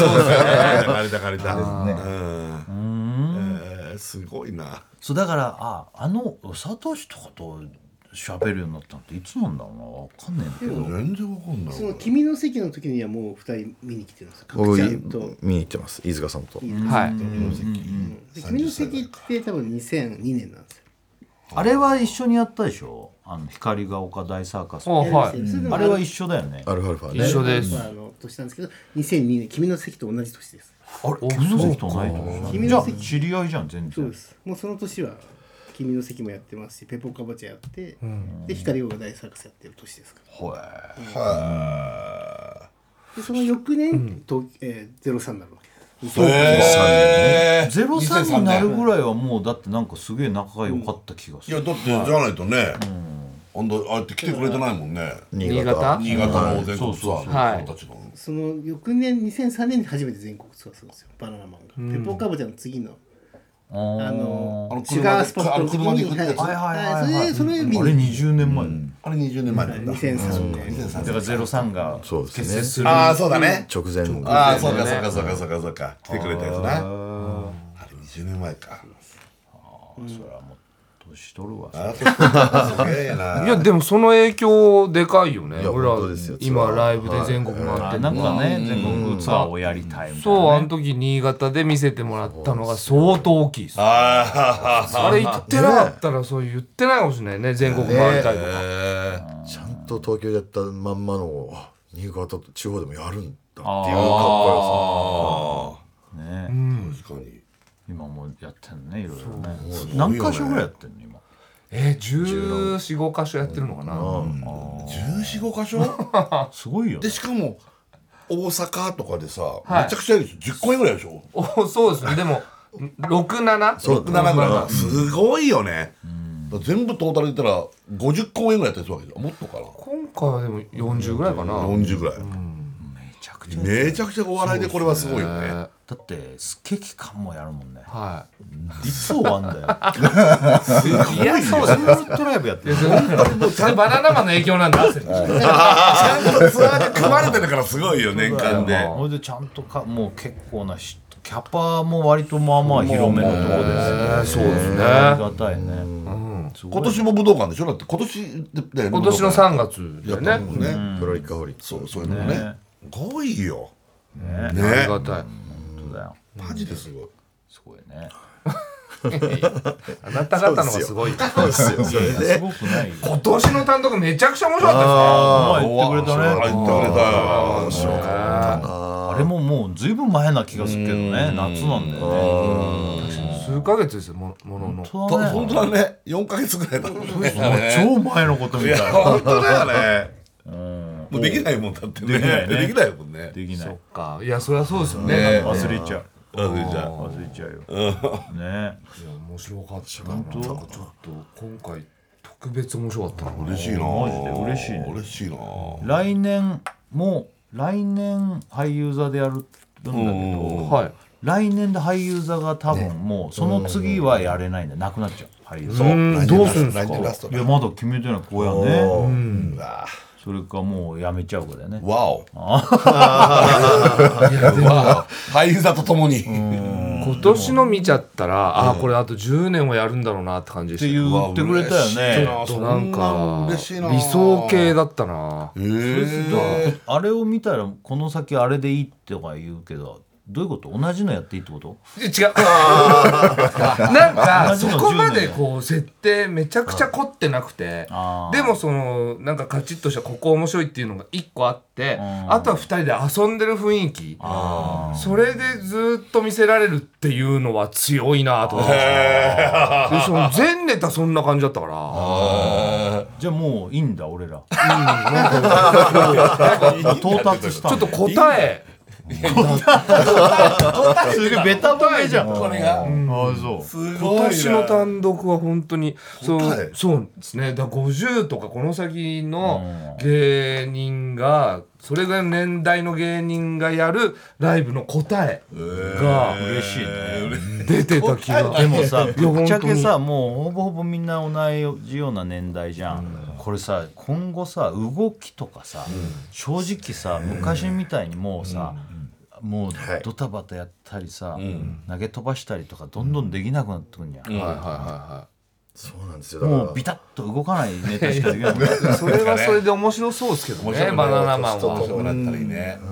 Speaker 2: りた借りたうんえーすごいな
Speaker 1: そうだからああのサトシとかと喋るようになったのっていつなんだろうな分かんねえんだけど
Speaker 2: 全然わかんない
Speaker 6: その君の席の時にはもう2人見に来てるんですよ角
Speaker 4: 僕
Speaker 6: ちゃ
Speaker 4: い
Speaker 6: んと
Speaker 4: 見に行ってます飯塚さんと
Speaker 3: はい
Speaker 2: 君の席
Speaker 6: で君の席って多分2002年なんですよ
Speaker 1: あれは一緒にやったでしょあの光が丘大サーカス
Speaker 3: あはい
Speaker 6: それでも
Speaker 1: あれは一緒だよね
Speaker 4: アルファルファ
Speaker 3: 一
Speaker 4: ね
Speaker 3: 緒です
Speaker 6: あの年なんですけど2002年君の席と同じ年です
Speaker 1: あれ君の席と同い年
Speaker 6: 君
Speaker 1: じゃ
Speaker 6: の
Speaker 1: あ
Speaker 6: 席
Speaker 1: 知り合いじゃん全
Speaker 6: そう
Speaker 1: 然
Speaker 6: です。もうその年は君の席もやってますし、ペポカバチャやって、で光王が大サーカスやってる年ですから。でその翌年、とえー、03になるわけです。
Speaker 2: え
Speaker 1: ゼロ三になるぐらいはもうだってなんかすげえ仲が良かった気がす
Speaker 2: いや
Speaker 1: る、
Speaker 2: だってじゃないとねあんだああやって来てくれてないもんね
Speaker 3: 新潟
Speaker 2: 新潟の全国ツアー
Speaker 3: は
Speaker 2: の
Speaker 3: い
Speaker 2: 人たちの
Speaker 6: その翌年2003年に初めて全国ツアーするんですよ。バナナマンが。ペポカバチャの次の。
Speaker 1: あー
Speaker 6: あの
Speaker 2: あの
Speaker 6: シュガースポットの時
Speaker 2: あの車で
Speaker 6: に
Speaker 2: 行くやつ
Speaker 1: はいはいはいはい
Speaker 6: はいそれそれ見
Speaker 1: あれ
Speaker 6: に
Speaker 1: 20年前、
Speaker 2: あれ20年前なんだ
Speaker 6: 2003年
Speaker 2: 2003
Speaker 1: だからゼロ三が
Speaker 4: そうですね
Speaker 1: 結成する
Speaker 2: ああそうだね
Speaker 4: 直前の
Speaker 2: ああそうかそうかそうかそうかそうか来てくれたやつなあれ20年前か
Speaker 1: それはもう年取るわ
Speaker 2: あーそうすげえない
Speaker 3: やでもその影響でかいよね
Speaker 4: いや
Speaker 3: 俺ら
Speaker 4: 本当ですよ
Speaker 3: 今ライブで全国回っ
Speaker 1: あ
Speaker 3: て
Speaker 1: ー
Speaker 3: る
Speaker 1: なんかね全国ツアーをやりたいみたいな、
Speaker 3: そう
Speaker 1: ね、
Speaker 3: あの時新潟で見せてもらったのが相当大きいですあ
Speaker 2: ああ
Speaker 3: れ言ってなかったらそう言ってないかもしれないね全国回りたいとか
Speaker 4: ちゃんと東京でやったまんまのあ新潟と地方でもやるんだっていうかっ
Speaker 1: あー
Speaker 4: こ
Speaker 1: ね、
Speaker 2: 確かに
Speaker 1: 今もやってんねいろいろね何箇所ぐらいやってんの今
Speaker 3: えー、1415箇所やってるのかな、
Speaker 2: 1415箇所
Speaker 1: すごいよね
Speaker 2: でしかも大阪とかでさ
Speaker 3: い
Speaker 2: めちゃくちゃやるでしょ10公演ぐらいでしょ
Speaker 3: おそうですねでも67
Speaker 4: そうだ
Speaker 2: 7ぐらいすごいよねだから全部トータルで言ったら50公演ぐらいやってるわけじゃんもっとかな
Speaker 3: 今回はでも40ぐらいかな、
Speaker 2: 40ぐらい
Speaker 1: くちゃ
Speaker 2: めちゃくちゃお笑いでこれはすごいよね。
Speaker 1: だってスケ期間もやるもんね
Speaker 3: はい
Speaker 1: つ終わん だよ
Speaker 3: い。いやそう だ
Speaker 1: ず。ーっとライブやってる
Speaker 3: それバナナマンの影響なんだ。それ
Speaker 2: ちゃんとツアーで組まれてるからすごいよ、年間で。
Speaker 1: ほいでちゃんとかもう結構なしキャパも割とまあまあ広めのとこですねそうですねありがたいね
Speaker 2: 今年も武道館でしょだって今年で
Speaker 3: 今年の
Speaker 2: 3
Speaker 3: 3月だ
Speaker 2: や
Speaker 3: よ
Speaker 2: っ
Speaker 3: ね。
Speaker 2: たもんね。
Speaker 4: プロイカホ リック
Speaker 2: そう、そういうのもね。すごいよ。
Speaker 1: ね
Speaker 3: あ
Speaker 2: ね
Speaker 3: り。がた
Speaker 1: 本
Speaker 3: い。
Speaker 1: 当だよ
Speaker 2: マジですごい。
Speaker 1: すごいね
Speaker 3: あなた方のがすごい。
Speaker 4: そうですよそれ
Speaker 1: いやすごくないよ
Speaker 3: 今年の単独めちゃくちゃ面白かっ
Speaker 1: あ言ってくれた
Speaker 2: あ、
Speaker 1: ね
Speaker 2: 言ってくれた。面
Speaker 3: たですね。
Speaker 1: あれももうずいぶん前な気がするけどね夏なんだよね
Speaker 3: 数ヶ月ですよもものの。
Speaker 1: 本当だね
Speaker 2: 本当だね。4ヶ月ぐらいだもんね。
Speaker 1: もう超前のことみ
Speaker 2: い
Speaker 1: たい
Speaker 2: や、本当だよね。もうできないもんだってね。
Speaker 1: できないね
Speaker 2: できないもんね。
Speaker 1: できな
Speaker 3: そっ
Speaker 1: い
Speaker 3: か。いやそりゃそうですよ
Speaker 2: ね
Speaker 3: ね。
Speaker 1: 忘れちゃう
Speaker 2: あそれじゃあ
Speaker 1: 忘れちゃうよね
Speaker 3: いや面白かったな。なんかちょっと今回特別面白かったな。
Speaker 2: 嬉しいな
Speaker 1: マジで嬉しいね
Speaker 2: 嬉しいな
Speaker 1: 来年も来年俳優座でやるんだけど
Speaker 3: はい。
Speaker 1: 来年で俳優座が多分もうその次はやれないんだよなくなっちゃう俳優座
Speaker 3: うんどうするんです
Speaker 2: 来年ラ
Speaker 3: か。
Speaker 2: スト
Speaker 1: いやまだ決めてない子やね
Speaker 2: うわ
Speaker 1: それかもうやめちゃう子だよね
Speaker 2: わおわお俳優座とともに
Speaker 3: 今年の見ちゃったら、ああーこれあと10年はやるんだろうなって感じ
Speaker 1: っ
Speaker 3: で
Speaker 1: て
Speaker 3: し
Speaker 1: 言ってくれたよね
Speaker 2: うわ嬉しい
Speaker 3: た。
Speaker 2: な
Speaker 3: な
Speaker 2: そ
Speaker 3: ん
Speaker 2: ん
Speaker 3: か
Speaker 2: な嬉しいな
Speaker 3: 理想系だったな。
Speaker 2: えー
Speaker 1: あれを見たらこの先あれでいいとか言うけどどういうこと同じのやっていいってこと
Speaker 3: 違う。 なんか、
Speaker 1: 同じ
Speaker 3: そ
Speaker 1: の
Speaker 3: こま
Speaker 1: 10
Speaker 3: で
Speaker 1: 年
Speaker 3: こう、設定めちゃくちゃ凝ってなくて
Speaker 1: あ、ー
Speaker 3: でもその、なんかカチッとしたここ面白いっていうのが一個あって、
Speaker 1: ん
Speaker 3: あとは二人で遊んでる雰囲気。それでずっと見せられるっていうのは強いなと思って。でその全ネタそんな感じだったから。
Speaker 1: じゃあもういいんだ俺ら
Speaker 2: いいんだ
Speaker 1: 到達した
Speaker 3: ちょっと答え。
Speaker 1: すげえベタボメじゃん
Speaker 2: こ
Speaker 1: あ
Speaker 2: れが
Speaker 1: あそう
Speaker 2: すごいな
Speaker 3: 今年の単独は本当にそう
Speaker 2: 答え
Speaker 3: そうですねだから50とかこの先の芸人がそれぐらいの年代の芸人がやるライブの答えが
Speaker 1: 嬉しいね
Speaker 3: 出てた気が
Speaker 1: でもさ、
Speaker 3: いや
Speaker 1: ぶっちゃけ
Speaker 3: 本
Speaker 1: さ、もうほぼほぼみんな同じような年代じゃん。これさ、今後さ、動きとかさ、正直さ、昔みたいにもうさ、もう
Speaker 4: はい
Speaker 1: ドタバタやったりさ、投げ飛ばしたりとかどんどんできなくなってくんじゃん。
Speaker 3: はいはいは
Speaker 4: そうなんですよ
Speaker 1: も
Speaker 4: だ
Speaker 1: う
Speaker 4: か
Speaker 1: ビタッと動かないネタしかできないもんね。
Speaker 3: いはいそれはそれで面白そうですけど
Speaker 2: 面
Speaker 3: ね
Speaker 2: 白い
Speaker 3: バナナマン
Speaker 2: ちょっと
Speaker 3: は
Speaker 2: そうなったらいいね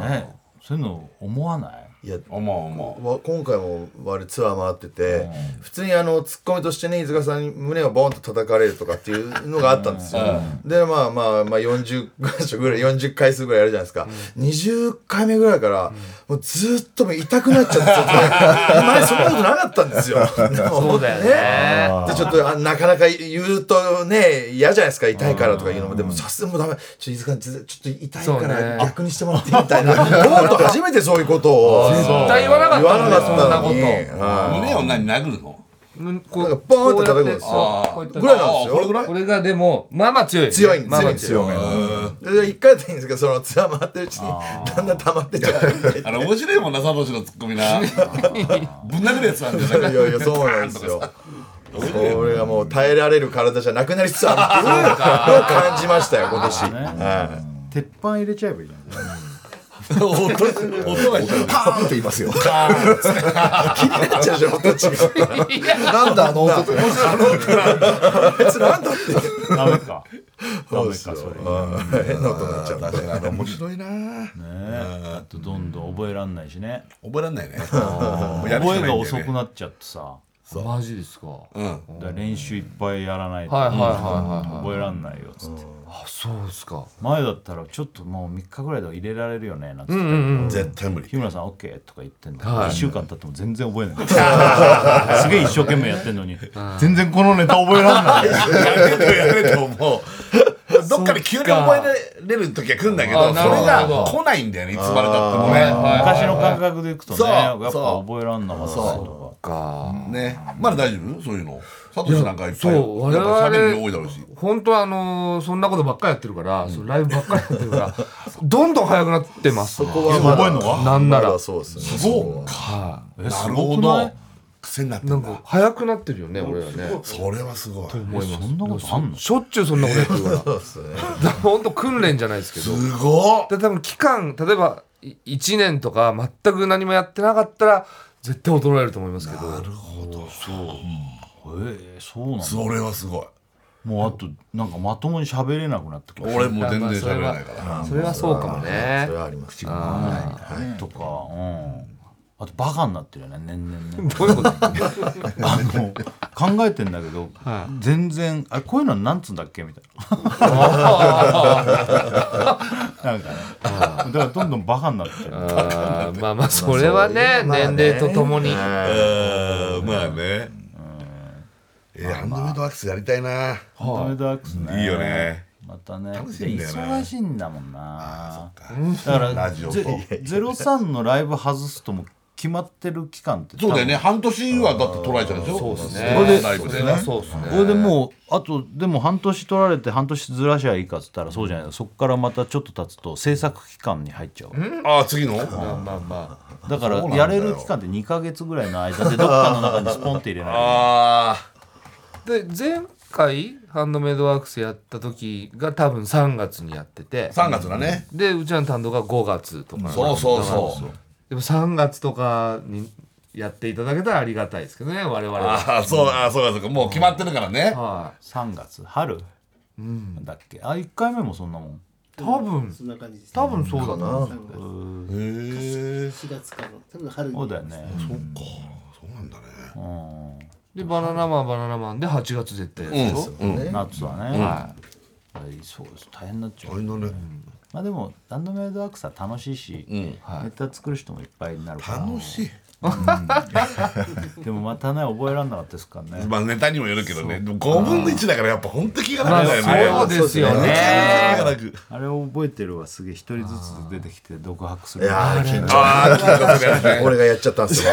Speaker 1: ねそういうの思わない
Speaker 4: らいや
Speaker 2: 思う思
Speaker 4: わ今回も我々ツアー回ってて、普通にあのツッコミとしてね飯塚さんに胸をボンと叩かれるとかっていうのがあったんですよ、でまあまあまあ40所ぐらい40回数ぐらいやるじゃないですか、20回目ぐらいから、もうずっともう痛くな っちゃって前そんなことなかったんですよ
Speaker 3: そうだよね
Speaker 4: でちょっとあなかなか言うとね嫌じゃないですか痛いからとか言うのもでもさすがにもうダメちょっと飯塚さんずちょっと痛い
Speaker 3: そう
Speaker 4: か
Speaker 3: ね
Speaker 4: ら逆にしてもらっていいみたいなボンと初めてそういうことを
Speaker 3: 絶対言わなか
Speaker 4: 言わな
Speaker 3: ったのにそんな
Speaker 4: かった
Speaker 3: こ
Speaker 4: のに
Speaker 3: と
Speaker 2: う
Speaker 4: は
Speaker 2: 胸を何殴るの
Speaker 3: うんこ
Speaker 4: なんかボーンって叩くんですよ
Speaker 3: こうやって
Speaker 4: いぐらいなんです
Speaker 2: あこれぐ
Speaker 4: よ
Speaker 2: らい
Speaker 3: これがでもまあまあ強いよね
Speaker 4: 強いん
Speaker 3: まあまあ
Speaker 4: ですよ強めで一回やったらいいんですけどそのツアー回ってるうちにだんだん溜まってっちゃう
Speaker 2: あれ面白いもんな佐藤氏のツッコミなぶん殴るやつなんじゃない
Speaker 4: いやいやそうなんですよこれがもう耐えられる体じゃなくなりつつあるっていうのを感じましたよ今年はい
Speaker 1: 鉄板入れちゃえばいいじゃん。
Speaker 2: 音音がしちゃう
Speaker 5: パーンって言いますよ
Speaker 4: ちょちょもっと違う
Speaker 5: なんだあの音って
Speaker 4: あいつなんだって
Speaker 1: ダメか。ダメ
Speaker 4: う
Speaker 1: か
Speaker 4: っす
Speaker 1: そ
Speaker 4: よ
Speaker 1: れ。
Speaker 4: うん変な音になっちゃう
Speaker 2: 確かに面白いな
Speaker 1: ねあとどんどん覚えらんないしね。
Speaker 2: 覚えらんないねやるしか
Speaker 1: 覚
Speaker 2: ない
Speaker 1: え
Speaker 2: んだ
Speaker 1: が
Speaker 2: よね
Speaker 1: 遅くなっちゃってさ。
Speaker 3: マジですかはい
Speaker 2: うん
Speaker 1: だから練習いっぱいやらないと
Speaker 3: はいはいはいはい
Speaker 1: 覚えらんないよっつって
Speaker 3: あそうですか
Speaker 1: 前だったらちょっともう3日ぐらいで入れられるよねなんつって
Speaker 2: 絶対無理
Speaker 1: 日村さん OK とか言ってんだけど
Speaker 3: はい
Speaker 1: 1週間経っても全然覚えない すげえ一生懸命やってんのに全然このネタ覚えらんない
Speaker 2: やれとやれと思うどっかで急に覚えられる時は来るんだけ
Speaker 3: そ
Speaker 2: どそ
Speaker 3: っか
Speaker 2: れ
Speaker 3: あなるほ
Speaker 2: が
Speaker 3: ど
Speaker 2: 来ないんだよねいつまでたってもね
Speaker 1: 昔の感覚でいくとね
Speaker 2: そう
Speaker 1: やっぱ
Speaker 2: そう
Speaker 1: 覚えらんなかったりと
Speaker 3: か
Speaker 2: ねまだ大丈夫そういうのサトシなんかいっぱい
Speaker 3: そう我
Speaker 2: やっ
Speaker 3: 々
Speaker 2: ぱ喋る量多いだろうし
Speaker 3: 本当はあのーそんなことばっかりやってるから、そのライブばっかりやってるからどんどん速くなってます
Speaker 4: そこは
Speaker 2: 覚え
Speaker 4: ん
Speaker 2: んのか
Speaker 3: なんなら
Speaker 4: そうですね
Speaker 2: そう
Speaker 4: か
Speaker 1: え
Speaker 2: な
Speaker 1: す
Speaker 2: る
Speaker 1: ご
Speaker 2: ほ
Speaker 1: くない
Speaker 2: ど癖になって
Speaker 3: なんん
Speaker 2: だ
Speaker 3: か速くなってるよね俺らね
Speaker 2: それはすごい
Speaker 3: 思います
Speaker 1: そんなことあんの
Speaker 3: しょっちゅうそんなことやってるからだか
Speaker 4: そうですね
Speaker 3: ら本当訓練じゃないですけど
Speaker 2: すごっ
Speaker 3: で多分期間例えば1年とか全く何もやってなかったら絶対衰えると思いますけど
Speaker 2: なるほど
Speaker 1: えー、そうなんだ
Speaker 2: それはすごい
Speaker 1: もうあとなんかまともに喋れなくなってきました
Speaker 2: 俺もう全然喋れないから
Speaker 3: それはそうかもね
Speaker 4: それはあります
Speaker 1: はいとか、うん、あとバカになってるよね年々ね
Speaker 3: どういうこと
Speaker 1: あの考えてんだけど、全然あこういうのはなんつうんだっけみたい ななんかねだからどんどんバカになってる
Speaker 3: あーまあまあそれはね
Speaker 4: まあね
Speaker 3: 年齢とともに
Speaker 2: えーまあねえーハンドメイドアクセスやりたいな
Speaker 1: ハンドメイドアクスね
Speaker 2: いいよね
Speaker 1: またね
Speaker 2: 楽しいんだよね
Speaker 1: 忙しいんだもんなだから
Speaker 2: ラジオと
Speaker 1: ゼゼロ三のライブ外すともう決まってる期間って
Speaker 2: そうだよね半年はだって取られちゃうでしょそうです
Speaker 3: ねそれはそうですね
Speaker 1: 多分これでもうあとでも半年取られて半年ずらしゃいいかっつったらそうじゃないそこからまたちょっと経つと制作期間に入っちゃう
Speaker 2: ああ次の
Speaker 3: まあまあまあ
Speaker 1: だからやれる期間って2か月ぐらいの間でどっかの中にスポンって入れない
Speaker 2: あ
Speaker 3: で前回ハンドメイドワークスやった時が多分3月にやってて
Speaker 2: あ3月だね
Speaker 3: でうちらの担当が5月とか
Speaker 2: そうそうそう
Speaker 3: でも3月とかにやっていただけたらありがたいですけどね我々は
Speaker 2: ああそうああそうかそうかもう決まってるからね
Speaker 3: はい
Speaker 1: 3月春、だっけあ1回目もそんなもん
Speaker 3: 多分
Speaker 6: そんな感じです
Speaker 3: 多分そうだな
Speaker 6: 3月
Speaker 2: へえ
Speaker 6: 4月から多分春に
Speaker 1: そうだよね
Speaker 2: そうなんだね
Speaker 3: でバナナマンバナナマンで8月絶対やるでしょ
Speaker 1: 夏はね、はいそうです大変になっちゃ
Speaker 2: あ
Speaker 1: う
Speaker 2: れだね
Speaker 1: まあでもハンドメイドアクサ楽しいし、ネタ作る人もいっぱいになるから
Speaker 2: 楽しい
Speaker 1: でもまたね覚えられなかったですからね
Speaker 2: まあネタにもよるけどねでも5分の1だからやっぱ本当気が
Speaker 3: ま
Speaker 2: 楽
Speaker 3: あ
Speaker 2: だよね
Speaker 3: そうですよ
Speaker 2: 気
Speaker 3: ね
Speaker 2: が楽
Speaker 1: あれを覚えてるはすげえ一人ずつ出てきて独白す
Speaker 4: い
Speaker 1: る
Speaker 4: やー緊張
Speaker 2: ああ緊張するやつね
Speaker 4: 俺がやっちゃったんですよ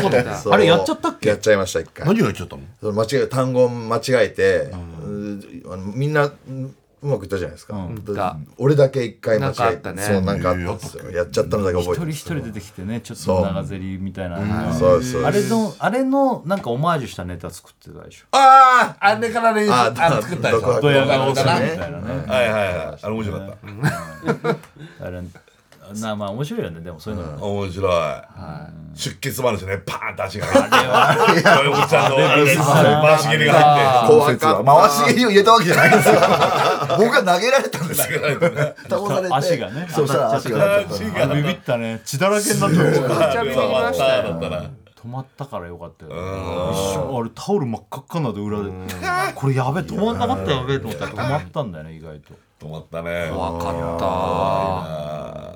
Speaker 3: そうだ
Speaker 4: そう
Speaker 1: あれやっちゃったっけ
Speaker 4: やっちゃいました一回
Speaker 2: 何を言っちゃったの
Speaker 4: その間違え単語を間違えて、うあのみんなうんうまくいったじゃないですか、で
Speaker 3: た
Speaker 4: 俺だけ一回間違
Speaker 3: なんかあ
Speaker 4: え
Speaker 3: ったね
Speaker 4: そうなんかあったんですよやっちゃったのだけ
Speaker 1: 一
Speaker 4: 覚えて
Speaker 1: 人
Speaker 4: る
Speaker 1: 一人出てきてねちょっと長ゼリーみたいなのが
Speaker 4: そうですそう
Speaker 1: あ
Speaker 4: で
Speaker 1: れ
Speaker 4: す
Speaker 1: のあれのなんかオマージュしたネタ作ってたでしょ
Speaker 2: あああれから練習
Speaker 4: あ
Speaker 2: あ作ったやつ
Speaker 4: どこ
Speaker 1: ドヤ
Speaker 2: 顔
Speaker 1: 顔
Speaker 2: だなは
Speaker 1: だなみ
Speaker 2: い
Speaker 1: たいなね
Speaker 2: はいはいあれ面白かった
Speaker 1: あれなまあ面白いよねでもそういうのもね
Speaker 2: 面白い、出血もあるしねパーンって足が入っておじさんのあれです回し蹴りが入っ
Speaker 4: 怖かった
Speaker 5: 回し蹴りを入れたわけじゃないんですよ僕が投げられたんです
Speaker 2: て投げ
Speaker 5: よ
Speaker 2: られてね
Speaker 5: 倒されて
Speaker 1: 足がね
Speaker 5: そうしたら足が
Speaker 2: 足
Speaker 1: あ
Speaker 2: が
Speaker 1: ビビったね血だらけになってる
Speaker 3: めちゃビビりましたよ
Speaker 2: だったら
Speaker 1: 止まったからよかったよ、ね、一瞬あれタオル真っ赤っかになって裏でこれやべえ止まんなかったやべえと思ったら止まったんだよね意外と
Speaker 2: 止まったね
Speaker 3: 分かっ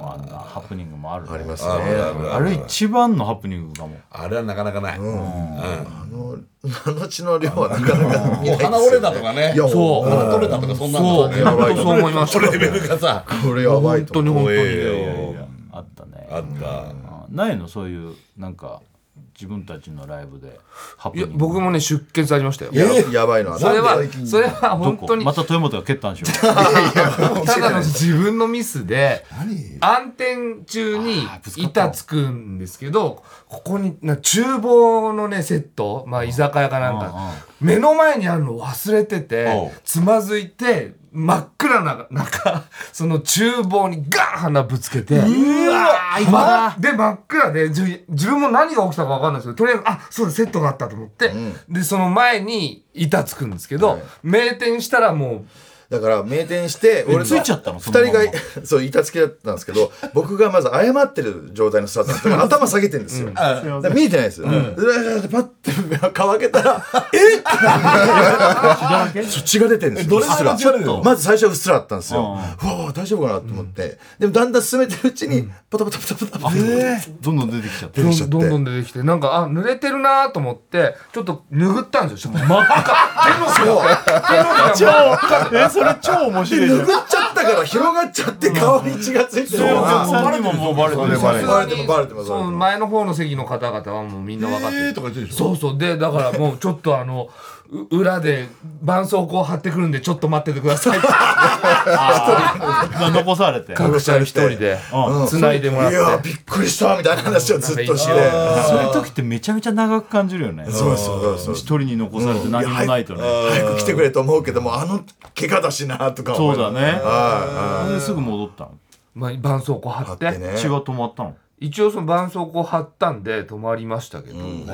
Speaker 1: あんなハプニングもあるね、
Speaker 4: あります
Speaker 2: ある
Speaker 4: ね
Speaker 2: ある
Speaker 1: あ
Speaker 2: ある
Speaker 1: れ一番のハプニングかも
Speaker 2: あれはなかなかない
Speaker 4: あのあの血の量はなかなか見ないですよね
Speaker 2: 鼻折れたとかね
Speaker 4: いや
Speaker 3: そう
Speaker 4: も
Speaker 2: 鼻取れたとかそん
Speaker 3: た
Speaker 2: な
Speaker 3: そう
Speaker 2: の
Speaker 4: やばい
Speaker 3: 本当そう思いました
Speaker 2: レベルがさ
Speaker 4: これやばい
Speaker 3: 本
Speaker 4: と
Speaker 3: 当
Speaker 4: 思
Speaker 3: に
Speaker 4: う
Speaker 3: 本
Speaker 2: 怖
Speaker 3: 当に
Speaker 2: え
Speaker 1: いやい
Speaker 2: よ
Speaker 1: やあったね
Speaker 2: あった
Speaker 1: あないのそういうなんか自分たちのライブでハプ
Speaker 3: い
Speaker 1: ニ
Speaker 3: や
Speaker 1: ング
Speaker 3: 僕もね出血ありましたよ
Speaker 4: ややばいのは
Speaker 3: それは
Speaker 4: なんで
Speaker 3: それは
Speaker 1: ど
Speaker 3: 本
Speaker 1: こ
Speaker 3: 当に
Speaker 1: また豊本が蹴ったんでしょ
Speaker 3: ただの自分のミスで暗転中に板つくんですけどここにな厨房のねセット、まあ、居酒屋かなんか目の前にあるのを忘れてて
Speaker 2: おう
Speaker 3: つまずいて真っ暗な中その厨房にガーン鼻ぶつけてうわーで真っ暗で自自分も何が起きたか分かんないですけどとりあえずあそうだセットがあったと思って、でその前に板つくんですけど、名店したらもう。
Speaker 4: だから名店して俺
Speaker 1: ついちゃったのそ
Speaker 4: 二
Speaker 1: のまま
Speaker 4: 人がそう板付きだったんですけど僕がまず謝ってる状態のスタートだったから頭下げてんですよ、だから見えてないですよ、でパッて目乾けたら「えっ!」ってそう血が出てるんですよ
Speaker 2: どれぐらいの血が出てんの
Speaker 4: うっすらまず最初はうっすらあったんですよ、
Speaker 1: う
Speaker 4: うんわ大丈夫かなと思って、でもだんだん進めてるうちにパタパタパタパタパタ
Speaker 1: どんどん出てきちゃって
Speaker 4: 出てきちゃ
Speaker 3: ど
Speaker 4: っ
Speaker 3: ん
Speaker 4: て
Speaker 3: どんどん出てきてなんかあ濡れてるなと思ってちょっと拭ったんですよ真っ赤手のひら手のひら真っ赤
Speaker 1: えそれ超面白いじゃん
Speaker 4: 拭っちゃっから広がっちゃって顔に血がついてる
Speaker 1: お
Speaker 4: の
Speaker 1: 客
Speaker 4: が
Speaker 1: さんにももうバレてる
Speaker 5: バレてる
Speaker 4: バレてもバレても
Speaker 3: その
Speaker 4: バ
Speaker 3: 前の方の席の方々はもうみんな分かってる、
Speaker 2: えーとか言ってるでしょ
Speaker 3: そうそうでだからもうちょっとあのう裏で絆創膏貼ってくるんでちょっと待っててくださいって
Speaker 1: 残されて
Speaker 3: 各社一人で
Speaker 1: うん
Speaker 3: 繋いでもら
Speaker 4: レ
Speaker 3: ってて
Speaker 4: いやーびっくりしたみたいな話をずっとして
Speaker 1: そういう時ってめちゃめちゃ長く感じるよね
Speaker 4: そうそうそう
Speaker 1: 一人に残されて何もないとね
Speaker 4: 早く来てくれと思うけどもあの怪我だしなとか
Speaker 1: そ
Speaker 4: 思
Speaker 1: うだね
Speaker 4: は
Speaker 1: それですぐ戻ったの
Speaker 3: まあ、絆創膏貼
Speaker 4: い
Speaker 3: っ
Speaker 4: はい
Speaker 3: て
Speaker 4: ってね
Speaker 1: 血が止まったの
Speaker 3: 一応その絆創膏貼ったんで止まりましたけど、
Speaker 4: うん
Speaker 1: へ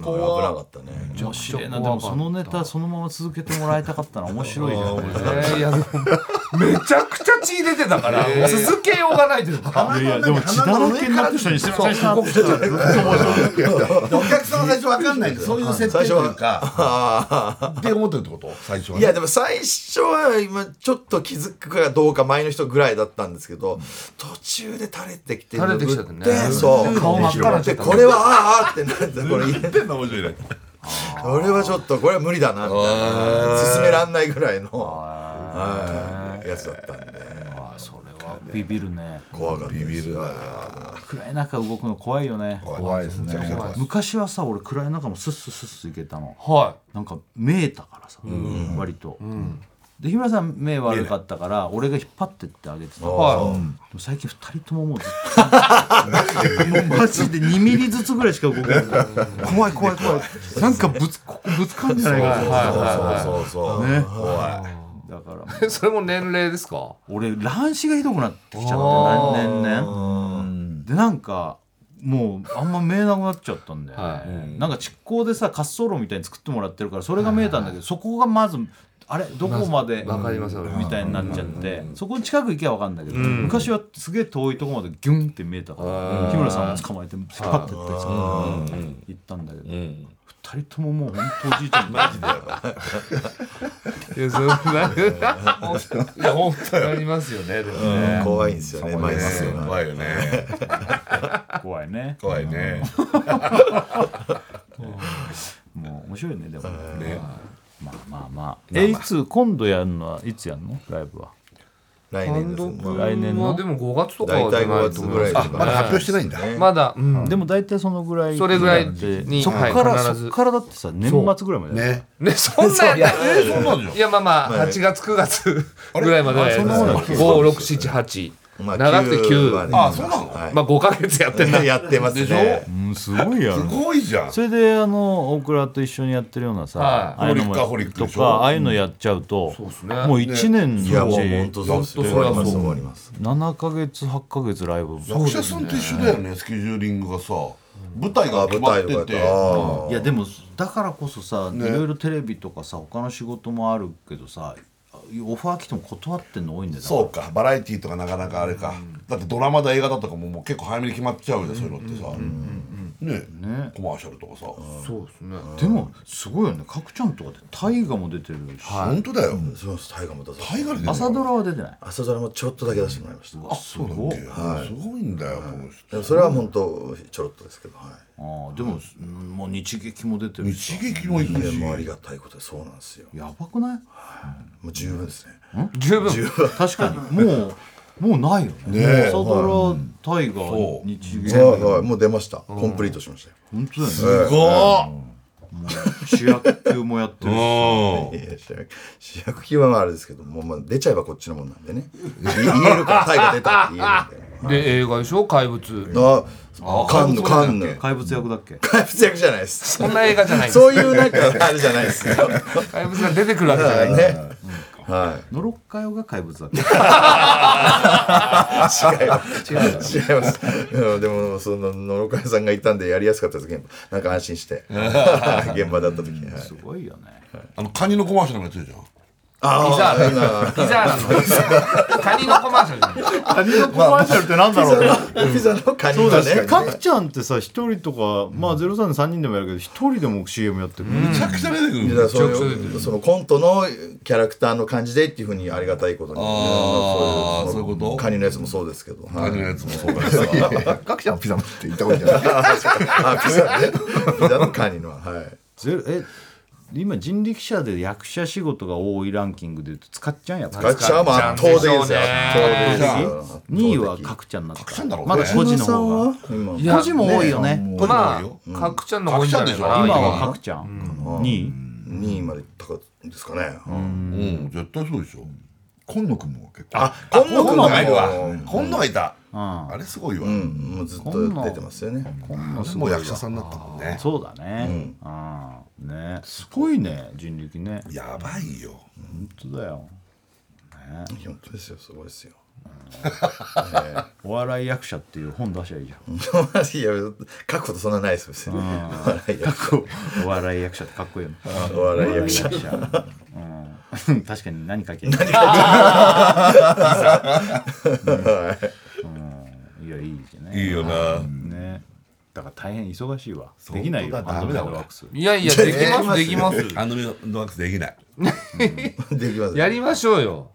Speaker 4: これ危なかったね
Speaker 1: 面白いなでもそのネタそのまま続けてもらいたかったら面白いじゃん
Speaker 3: えーいやでもめちゃくちゃ血出てたから続けようがないというか
Speaker 1: いやいやでも血だらけになってる人にすいませんって言って
Speaker 2: お客さんは最初わかんないんでそういう設定というかって思ってるってこと最初はいね
Speaker 4: やでも最初は今ちょっと気づくかどうか前の人ぐらいだったんですけど途中で垂れてきて
Speaker 3: 垂れてきちゃってね
Speaker 4: そう
Speaker 3: 顔真っ赤になっちゃっ
Speaker 4: で
Speaker 3: た
Speaker 4: これはあーあーってなってこれ
Speaker 2: 言ってんの面白いね
Speaker 4: これはちょっとこれは無理だなみたいな進めらんないぐらいのはいやつだったんで
Speaker 1: あそれはビビるね
Speaker 4: 怖かったビビる
Speaker 1: 暗い中動くの怖いよね
Speaker 5: 怖いですね
Speaker 1: 昔はさ俺暗い中もスッスッスッスッいけたの
Speaker 3: は
Speaker 1: なんか見えたからさ割とで日村さん目悪かったから俺が引っ張ってってあげてた
Speaker 3: いは
Speaker 1: でも最近2人とももうずっともうマジで2ミリずつぐらいしか動かない怖い怖い怖いなんかぶつここぶつかんじゃないかな
Speaker 4: そうそうそう
Speaker 1: ねだから
Speaker 3: いそれも年齢ですか
Speaker 1: 俺乱視がひどくなってきちゃって年々でなんかもうあんま見えなくなっちゃったんだよ、
Speaker 3: はい
Speaker 1: うんなんか蓄光でさ滑走路みたいに作ってもらってるからそれが見えたんだけど、そこがまずあれどこまで
Speaker 3: わかりますわかります
Speaker 1: みたいになっちゃって、そこに近く行けば分かるんだけど、昔はすげえ遠いとこまでギュンって見えたから、日村さんも捕まえて引っ張ってったりさ、行ったんだけど、二人とももう本当おじいちゃんマジで
Speaker 3: いやそんないや本当になりますよねでもね
Speaker 4: 怖いんですよね毎日は
Speaker 2: 怖いよね
Speaker 1: 怖いね
Speaker 2: 怖いね
Speaker 1: もう面白いねでもねまあまあまあえいつ今度やるのはいつやるのライブは
Speaker 4: 来
Speaker 3: 単
Speaker 4: 年です
Speaker 3: 独
Speaker 4: まあ
Speaker 1: 来年の
Speaker 3: はでも5月とか
Speaker 4: 大
Speaker 3: じ
Speaker 4: 体
Speaker 3: ゃな
Speaker 4: 5
Speaker 3: いと
Speaker 4: 月
Speaker 3: 思
Speaker 4: ぐ
Speaker 3: い
Speaker 4: らい
Speaker 3: ま
Speaker 4: です
Speaker 2: ま
Speaker 4: か
Speaker 2: だ
Speaker 4: ら
Speaker 2: 発表してないんだ
Speaker 3: あまだ、うん
Speaker 1: でも大体そのぐらい
Speaker 3: それぐらいに
Speaker 1: そっか
Speaker 3: は
Speaker 1: ら
Speaker 3: い
Speaker 1: そ
Speaker 3: 必ず
Speaker 1: っからだってさ年末ぐらいまで
Speaker 2: ね
Speaker 3: ねそんなやった
Speaker 2: えそうなんじゃん
Speaker 3: いやまあまあ
Speaker 4: はい
Speaker 3: 8月9月ぐらいまではやりま
Speaker 1: あそんなもん
Speaker 3: す5678
Speaker 4: まあ
Speaker 3: 長くて9
Speaker 4: まで
Speaker 2: あそうなの
Speaker 4: はい
Speaker 3: まあ5か月やってんな
Speaker 4: やってますね
Speaker 1: うんすごいや
Speaker 2: す
Speaker 1: ろ
Speaker 2: ごいじゃん
Speaker 1: それであの大倉と一緒にやってるようなさ
Speaker 3: は
Speaker 1: ああ
Speaker 3: い
Speaker 1: いうの
Speaker 2: ホ
Speaker 1: も
Speaker 2: リックホ
Speaker 1: と
Speaker 2: リックでしょ
Speaker 1: かああいうのやっちゃうと
Speaker 3: うですね
Speaker 1: もう1年
Speaker 4: いや
Speaker 1: のう
Speaker 4: もう
Speaker 1: ち
Speaker 4: 本当そうですよ
Speaker 3: やっと
Speaker 4: 終わり
Speaker 3: そり
Speaker 4: ま
Speaker 3: ゃ
Speaker 4: す
Speaker 3: そう
Speaker 4: 終わります
Speaker 1: 7か月8か月ライブ
Speaker 2: 役者さんと一緒だよねスケジューリングがさ舞台が
Speaker 4: あ
Speaker 2: 決
Speaker 4: 舞
Speaker 2: まっ
Speaker 4: 台とかや
Speaker 2: て
Speaker 4: ってたあ
Speaker 1: いやでもだからこそさ、いろいろテレビとかさ他の仕事もあるけどさオファー来ても断ってんの多いんだよ
Speaker 2: そうかバラエティーとかなかなかあれかだってドラマだ映画だとかももう結構早めに決まっちゃうじゃんそういうのってさねコマーシャルとかさ
Speaker 3: そうですね
Speaker 1: でもすごいよね角ちゃんとかで大河も出てるし、
Speaker 2: 本当だよ
Speaker 4: そうです大河も出させ
Speaker 2: 大
Speaker 4: て
Speaker 2: 河に出る
Speaker 1: 朝ドラは出てない
Speaker 4: 朝ドラもちょろっとだけ出してもらいました
Speaker 1: あそうだね
Speaker 2: すごいんだよこの人
Speaker 4: でもそれは本当ちょろっとですけどはい
Speaker 1: ああでも、うんもう日劇も出てるし
Speaker 2: 一撃もいく
Speaker 4: で
Speaker 2: し
Speaker 4: もありがたいことでそうなんですよ
Speaker 1: やばくない
Speaker 4: もう十分ですね
Speaker 3: 十分
Speaker 1: 確 かにもうもうないよね
Speaker 2: ねえ
Speaker 1: 朝ドラ大河
Speaker 2: そう
Speaker 1: 日劇
Speaker 4: はいはいもう出ましたコンプリートしましたよ
Speaker 1: 本当だよね主役級もやってるし
Speaker 4: いや主役主役級はまああれですけどもうまあ出ちゃえばこっちのもんなんでねい言えるから大河出たって言えるんで
Speaker 3: で映画でしょ怪物
Speaker 4: あカンヌカンヌ
Speaker 1: 怪物役だっけ
Speaker 4: 怪物役じゃないです
Speaker 3: そんな映画じゃない
Speaker 4: そういうなんかあれじゃないですよね
Speaker 3: 怪物が出てくるわけじゃない
Speaker 4: は
Speaker 1: ノロッカヨが怪物だっけ
Speaker 4: い違います違いますうんでもその野呂佳代さんがいたんでやりやすかったです現場なんか安心して現場だった時にはい
Speaker 1: すごいよ ね
Speaker 2: あのカニのコマーシャルのやついるじゃん
Speaker 3: ピザーラピザーラ のカニのコマーシャルじゃない
Speaker 1: カニのコマーシャルってなんだろうね
Speaker 4: ピザのカニ
Speaker 1: そう
Speaker 4: が
Speaker 1: だね。
Speaker 4: ね
Speaker 1: かくちゃんってさ、一人とか、まあ、ゼロ三で三人でもやるけど、一人でも CM やってる。
Speaker 2: めちゃくちゃ出てくる
Speaker 4: いやそういうそのコントのキャラクターの感じでっていうふうにありがたいことに
Speaker 2: あー
Speaker 4: その
Speaker 2: そういうこと
Speaker 4: カニのやつもそうですけどは
Speaker 2: カ
Speaker 4: い
Speaker 2: ニのやつもそうだ
Speaker 5: 各社のピザ持って行ったことじゃない
Speaker 4: あピザねピザのカニのははい
Speaker 1: ゼロえ、今人力車で役者仕事が多いランキングで言うと使っちゃんやっぱ
Speaker 4: ガチャーも圧倒的ですよ。圧倒的ですよ
Speaker 1: 2位は角ちゃんになった
Speaker 2: 角ちゃんだろうね
Speaker 1: まだ5時の方が
Speaker 4: 今
Speaker 3: いや
Speaker 1: 5時も多いよね
Speaker 2: これも
Speaker 3: ま
Speaker 2: あ
Speaker 3: あ
Speaker 2: るよ、
Speaker 3: かくちゃんの方が多いんじゃないか
Speaker 2: 角
Speaker 3: な。
Speaker 1: 今
Speaker 2: ちゃんでしょ
Speaker 1: は角ちゃん2位
Speaker 4: 2位まで高かったんですかね。
Speaker 2: うん絶対そうでしょ
Speaker 5: 今野君も結構
Speaker 2: あ今野君がいるわ
Speaker 4: うん
Speaker 2: 今野がいたあれすごいわ
Speaker 4: うん、もうずっと出てますよね。
Speaker 2: もう役者さんだったもんね
Speaker 1: そうだねうんねすごいね人力ね
Speaker 2: やばいよ
Speaker 1: 本当だよ
Speaker 4: 本当ですよ、すごいですよ。
Speaker 1: お笑い役者っていう本出しゃいい じゃ
Speaker 4: いや、書くことそんなないですよ、別に。笑い役
Speaker 1: んお笑い役者ってかっこいいよね
Speaker 4: お笑い役者。
Speaker 1: 役者うん 確かに何書ける いやいいですね
Speaker 2: いいよな
Speaker 1: ねだから大変忙しいわ
Speaker 2: う
Speaker 1: できないよ
Speaker 2: 本当だダメだ
Speaker 1: ハンドメイド
Speaker 2: 俺
Speaker 1: ワックス
Speaker 3: いやいや、できます、できます。
Speaker 2: あのドワックスできない
Speaker 4: できます。
Speaker 3: やりましょうよ。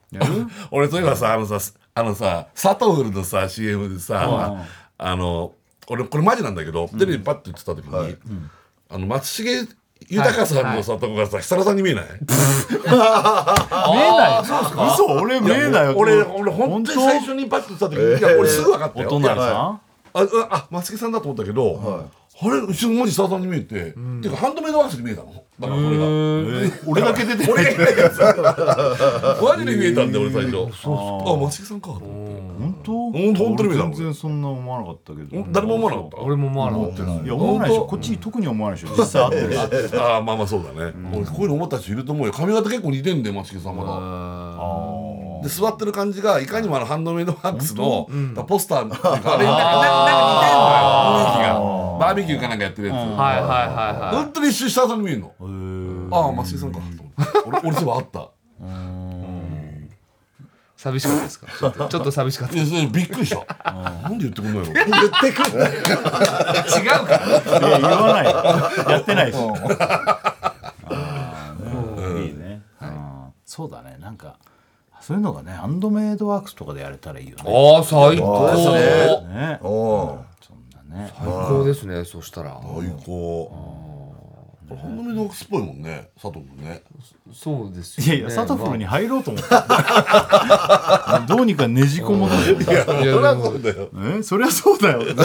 Speaker 2: 俺そういえばさあのさあのさサトウルのさ CM でさあの俺これマジなんだけどテレビパッと言ってた時にあの松重豊さんのさとこがさ設楽さんに見えない
Speaker 1: 見えないそうですか嘘俺見えない
Speaker 2: 俺俺本当に最初にパッと言ってた時にいや俺すぐ分かった
Speaker 1: お
Speaker 2: よ
Speaker 1: 隣さ
Speaker 2: あうわあ松木さんだと思ったけど、あれ後ろ文字沢さんに見えて、てかハンドメイドワックスに見えたのだからそれが
Speaker 1: ん俺だけ出て
Speaker 2: 俺が見 えたやつマジで見えたんだよ俺最初あ松木さんかと思って
Speaker 1: 本当
Speaker 2: ん本当に見えた
Speaker 1: 俺全然そんな思わなかったけど
Speaker 2: ん誰も思わなかった
Speaker 3: 俺もまあ、
Speaker 1: いや思わないでしょこっちに特に思わないでしょ実際会ってるし
Speaker 2: ああまあまあそうだね、俺こういうの思った人いると思うよ髪型結構似てんだよ松木さんまだで座ってる感じがいかにもあのハンドメイドワックスの、だからポスターっていうかあれなんかなんか似てんのよ雰囲気がバーベキューかなんかやってるやつ、
Speaker 3: はいはいはいは
Speaker 2: 本当に一周した後に見えるのああ松井さんかと思って俺俺そういえばあった
Speaker 3: い。寂しかったですかちょっとちょっと寂しかった。
Speaker 2: いやそれびっくりしたなんで言ってくんないの
Speaker 3: 違うから。
Speaker 1: いや言わないよやってないしあーねいいねうんそうだねなんかそういうのがねハンドメイドワークスとかでやれたらいいよね
Speaker 3: ああ、最高
Speaker 4: そうですね。
Speaker 1: ね
Speaker 4: おお。
Speaker 1: そんなね
Speaker 3: 最高ですね、そしたら。
Speaker 2: 最高これハンドメイドワックスっぽいもんね佐藤君ね
Speaker 3: そうです
Speaker 1: いやいや、サタフルに入ろうと 思った。どうにかねじ込もうと思った。
Speaker 3: まあいやでも
Speaker 2: うだよ
Speaker 1: え、そりゃそうだよ。
Speaker 3: いや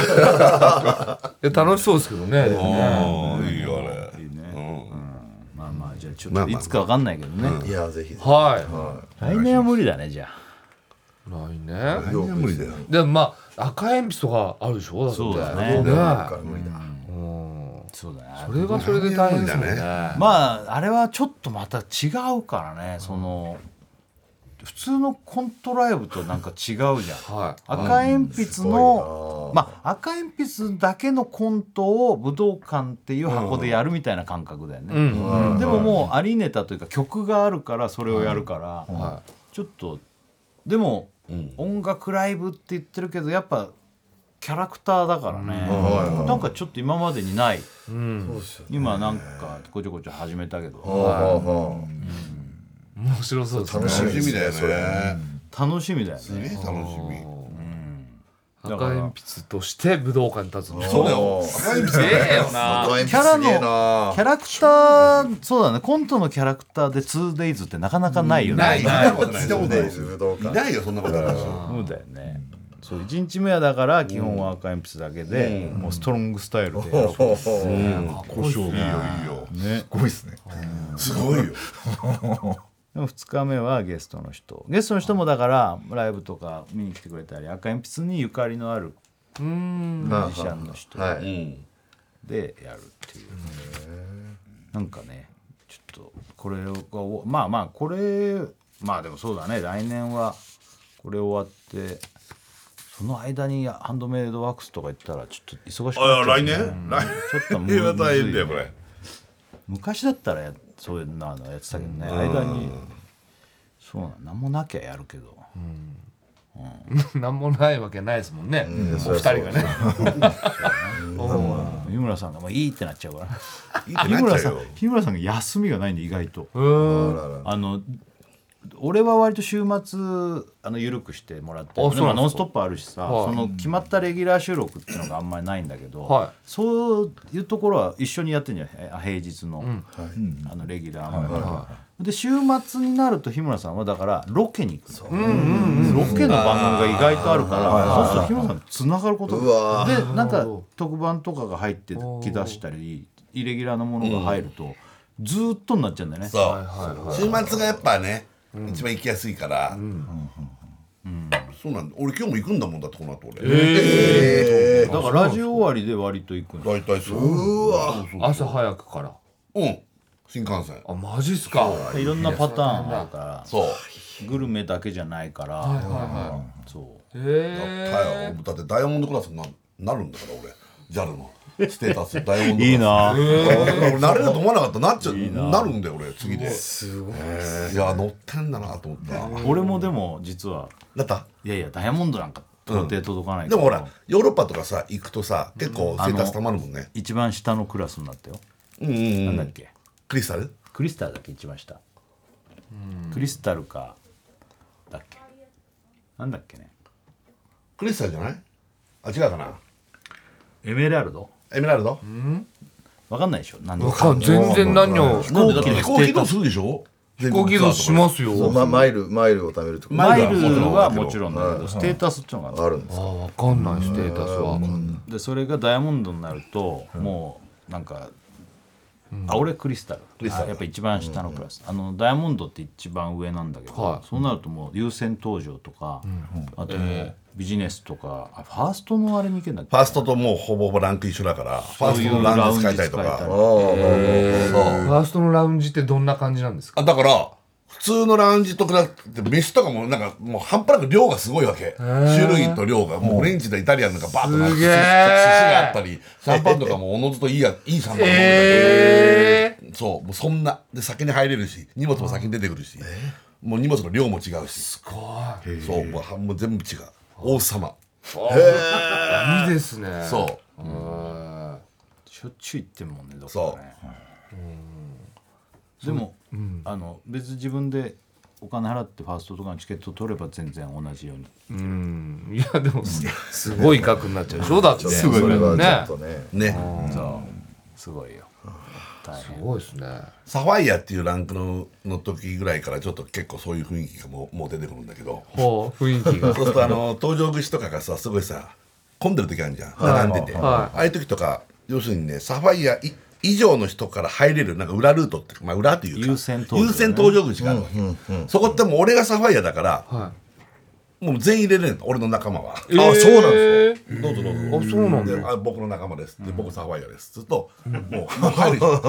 Speaker 3: 楽しそうですけどね。でもね
Speaker 2: ああいいよあれ
Speaker 1: まあまあ、じゃあちょっ
Speaker 2: まあ
Speaker 1: と
Speaker 2: まあ
Speaker 1: いつかわかんないけどね。
Speaker 4: いや、ぜひ。
Speaker 3: は
Speaker 1: 来年は無理だね、じゃあ。
Speaker 3: い。ないね。
Speaker 2: 全然無理だよ
Speaker 3: でもまあ赤鉛筆とかあるでしょ。だって
Speaker 1: そうだね
Speaker 4: から無理だ。
Speaker 1: そうだね。
Speaker 3: それがそれで大変ですもんね。
Speaker 1: まあ、あれはちょっとまた違うからね、その、普通のコントライブとなんか違うじゃん。
Speaker 3: は
Speaker 1: 赤鉛筆の、まあ、赤鉛筆だけのコントを武道館っていう箱でやるみたいな感覚だよね、
Speaker 3: い。うん。
Speaker 1: でももうアリーネタというか曲があるからそれをやるから、
Speaker 3: は
Speaker 1: ちょっとでも、音楽ライブって言ってるけどやっぱキャラクターだからね、なんかちょっと今までにない、今なんかこちょこちょ始めたけど
Speaker 4: 楽
Speaker 3: い。面白そうですね。
Speaker 4: し
Speaker 2: 楽しみだよね
Speaker 4: それ。
Speaker 1: 楽しみだよ
Speaker 2: すげえ
Speaker 1: ね
Speaker 2: 楽しみ
Speaker 1: だ
Speaker 3: 赤
Speaker 1: から
Speaker 3: 鉛筆として武道館に立つの。
Speaker 2: そうだよ
Speaker 3: すげえよ な。
Speaker 4: 赤鉛筆
Speaker 1: キャラの
Speaker 4: すげえな
Speaker 1: キャラクターそうだねコントのキャラクターで 2days ってなかなかないよね
Speaker 2: ないないない
Speaker 4: 聞いたことないです武道
Speaker 2: い
Speaker 4: 館。
Speaker 2: ないよそんなことないでしょ
Speaker 1: そうだよねそう1日目はだから基本は赤鉛筆だけで、もうストロングスタイルでやろう
Speaker 2: 胡椒いいよいいよ
Speaker 1: ね
Speaker 5: すごいですね
Speaker 2: すごいよ
Speaker 1: でも2日目はゲストの人ゲストの人もだからライブとか見に来てくれたり赤鉛筆にゆかりのあるミュージシャンの人
Speaker 4: は
Speaker 2: う
Speaker 4: い。
Speaker 2: ん
Speaker 1: でやるっていうなんかねちょっとこれがおまあまあこれまあでもそうだね来年はこれ終わってその間にハンドメイドワークスとか行ったらちょっと忙しく
Speaker 2: あい
Speaker 1: な
Speaker 2: や
Speaker 1: っちゃう
Speaker 2: 来年来
Speaker 1: ちょっ とむずい
Speaker 2: 年は大変だよこれ
Speaker 1: 昔だったらやそういうのやってたけどね間にそうなん何もなきゃやるけど。
Speaker 3: なんもないわけないですもんね。お二
Speaker 4: そりゃ
Speaker 3: 人が
Speaker 4: そう
Speaker 3: ね。
Speaker 1: 日村さんがもういいってなっちゃうから
Speaker 2: いいって
Speaker 1: 日
Speaker 2: なっ
Speaker 1: 村
Speaker 2: ち
Speaker 1: さ
Speaker 2: ゃ
Speaker 1: ん
Speaker 2: うよ
Speaker 1: 日村さんが休みがないんで意外と
Speaker 3: うーん。
Speaker 1: あの俺は割と週末あの緩くしてもらって
Speaker 3: あそうなんですか
Speaker 1: まノンストップ」あるしさ、
Speaker 3: は
Speaker 1: そ
Speaker 3: い
Speaker 1: の決まったレギュラー収録っていうのがあんまりないんだけど、
Speaker 3: はい
Speaker 1: そういうところは一緒にやってんじゃないあ平日の,、
Speaker 5: うん
Speaker 1: あのレギュラーの、で週末になると日村さんはだからロケに行くのロケの番組が意外とあるからそうすると日村さんつながること
Speaker 4: うわ
Speaker 1: でなんか特番とかが入ってきだしたりイレギュラーなものが入ると、ずーっとになっちゃうんだよね。
Speaker 2: そう、週末がやっぱね、一番行きやすいから、そうなんだ俺今日も行くんだもんだってこの後俺、
Speaker 1: だからラジオ終わりで割と行くの
Speaker 2: 大体そううわそうそう
Speaker 3: 朝早くから
Speaker 2: うん新幹線
Speaker 3: あマジっすか
Speaker 1: いろんなパターンあるから
Speaker 2: そう
Speaker 1: グルメだけじゃないから、うんそう
Speaker 3: え
Speaker 2: だよだってダイヤモンドクラスにななるんだから俺 JAL のステータ スダイヤモンドクラス
Speaker 1: いいな
Speaker 2: 俺なれると思わなかったなっちゃなるんだよ俺次ですごいいや乗ってんだなと思った
Speaker 1: 俺もでも実は
Speaker 2: だった
Speaker 1: いやいやダイヤモンドなんか到底届かない
Speaker 2: で
Speaker 1: けど
Speaker 2: もほらヨーロッパとかさ行くとさ結構ステータスたまるもんね
Speaker 1: 一番下のクラスになったよ、
Speaker 2: うんうんう
Speaker 1: なんんだっけ
Speaker 2: クリスタル
Speaker 1: クリスタルだっけ一番下、クリスタルかだっけなんだっけね
Speaker 2: クリスタルじゃないあ違うかな
Speaker 1: エメラルド
Speaker 2: エメラルド
Speaker 1: わかんないでしょ何で
Speaker 3: わかん全然何を
Speaker 1: なんでだって
Speaker 2: 飛行機移動するでしょ飛
Speaker 3: 飛行機移動しますよ
Speaker 4: ま、マイルマイルを貯めるとか
Speaker 1: マイル
Speaker 2: マイル
Speaker 1: は
Speaker 2: は
Speaker 1: も
Speaker 2: も
Speaker 1: ち
Speaker 2: ちろ
Speaker 1: ろんだけどステータスっていうのがあ
Speaker 4: あ
Speaker 1: る
Speaker 4: るんです
Speaker 3: あ
Speaker 4: か
Speaker 3: わかんないステータスは
Speaker 1: でそれがダイヤモンドになると、もうなんか、あ俺クリスタル
Speaker 2: リスタル
Speaker 1: あやっぱ一番下のクラス、あのダイヤモンドって一番上なんだけど、
Speaker 3: はい
Speaker 1: そうなるともう優先登場とか、あともうビジネスとかあファーストのあれに行けんだっけ
Speaker 2: ファーストともうほぼほぼランク一緒だからファー
Speaker 1: そう
Speaker 2: ス
Speaker 1: い
Speaker 2: トの
Speaker 1: う
Speaker 2: ラ
Speaker 1: ラ
Speaker 2: ン
Speaker 1: ウン
Speaker 2: ク
Speaker 1: ジ
Speaker 2: 使
Speaker 1: 使
Speaker 2: い
Speaker 1: い
Speaker 2: た
Speaker 1: た
Speaker 2: いとか
Speaker 1: いとか
Speaker 3: ファーストのラウンジってどんな感じなんですか
Speaker 2: あだから普通のラウンジと比べて飯とかもなんかもう半端なく量がすごいわけ種類と量がもうオレンジとイタリアンとかバーッとなって
Speaker 3: す
Speaker 2: 寿司
Speaker 3: げー
Speaker 2: 寿司があったりシャンパンとかもおのずといいやいいシャンパンが多いんだ
Speaker 3: え
Speaker 2: けどそうもうそんなで先に入れるし荷物も先に出てくるしもう荷物の量も違うし
Speaker 3: ー怖
Speaker 2: そうもうはもう全部違う王様
Speaker 3: いいいですね
Speaker 2: そう
Speaker 1: しょっちゅう行ってんもんねどこ
Speaker 2: そ
Speaker 1: かねでも、あの別に自分でお金払ってファーストとかのチケット取れば全然同じように
Speaker 3: うんいやでもすすごい額になっちゃうでしょだってす
Speaker 4: それはち
Speaker 3: ね
Speaker 4: ょっとね
Speaker 2: うね
Speaker 1: そうすごいよ大
Speaker 3: す
Speaker 1: 変
Speaker 3: ごいですね
Speaker 2: サファイアっていうランクのの時ぐらいからちょっと結構そういう雰囲気がもうもう出てくるんだけど
Speaker 3: ほう雰囲気が
Speaker 2: そうするとあの搭乗口とかがさすごいさ混んでる時あるじゃん、並んでて、
Speaker 3: は
Speaker 2: ああいう時とか要するにねサファイアい以上の人から入れるなんか裏ルートってまあ裏というか
Speaker 1: 優先搭乗ね
Speaker 2: 優先搭乗口があるわけ、そこってもう俺がサファイアだから、
Speaker 3: は
Speaker 2: もう全員入れれるの俺の仲間は、
Speaker 3: い
Speaker 4: あそうなんです
Speaker 3: か
Speaker 2: どうぞどうぞ
Speaker 3: あそうなんだ
Speaker 2: であ僕の仲間ですで僕サファイアですずっと もうもう入るじゃん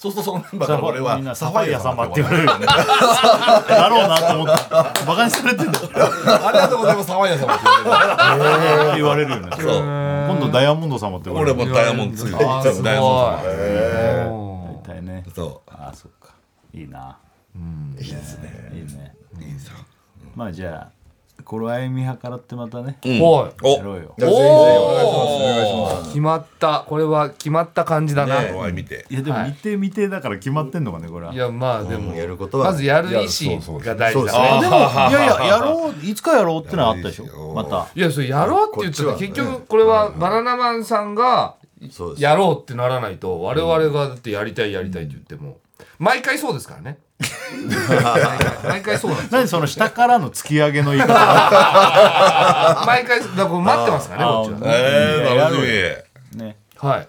Speaker 2: そうするとそのメンバーから俺
Speaker 1: みんな
Speaker 2: は
Speaker 1: サファイア様って言われ
Speaker 2: る
Speaker 1: る よね。だろうなと思って、バカにされてんだ。
Speaker 2: ありがとうございますサファイア様って言われる
Speaker 1: 言われるよね。今度ダイヤモンド様って言わ れ
Speaker 2: 俺
Speaker 1: る。
Speaker 2: もダイヤモンドついてダイ
Speaker 3: あすごい
Speaker 2: ヤモンド様
Speaker 1: 大体ね。
Speaker 2: そ
Speaker 1: ああ、そっか。いいな。うん。いいですね。いいね。
Speaker 2: ういいさ
Speaker 1: まあじゃあ、頃合い見計らってまたね。
Speaker 3: は
Speaker 1: やろうよ。
Speaker 4: じゃあぜひぜひお願いしますお
Speaker 3: い
Speaker 4: 願いします
Speaker 3: 決まったこれは決まった感じだな
Speaker 2: お会い見て
Speaker 1: いやでも日程未定だから決まってんのかね、これは。
Speaker 3: いやまあでも
Speaker 4: やることは
Speaker 3: まずやる意思が大事
Speaker 4: いやそうそうそうそうですね
Speaker 3: だね
Speaker 1: でも、いやいや、やろう、いつかやろうってのはあったでしょ。また。
Speaker 3: いやそれやろうって言っちゃっ
Speaker 4: こっち
Speaker 3: て
Speaker 4: はね
Speaker 3: 結局これはバナナマンさんが
Speaker 4: そうです
Speaker 3: やろうってならないと我々がだってやりたいやりたいって言っても毎回そうですから ね毎回毎回そうなんですよ
Speaker 1: 何その下からの突き上げの言い方。
Speaker 3: 毎回だからこれ待ってますからねこっちはね
Speaker 2: え
Speaker 1: い
Speaker 2: ー
Speaker 1: や
Speaker 2: 楽し
Speaker 1: ね。
Speaker 3: はい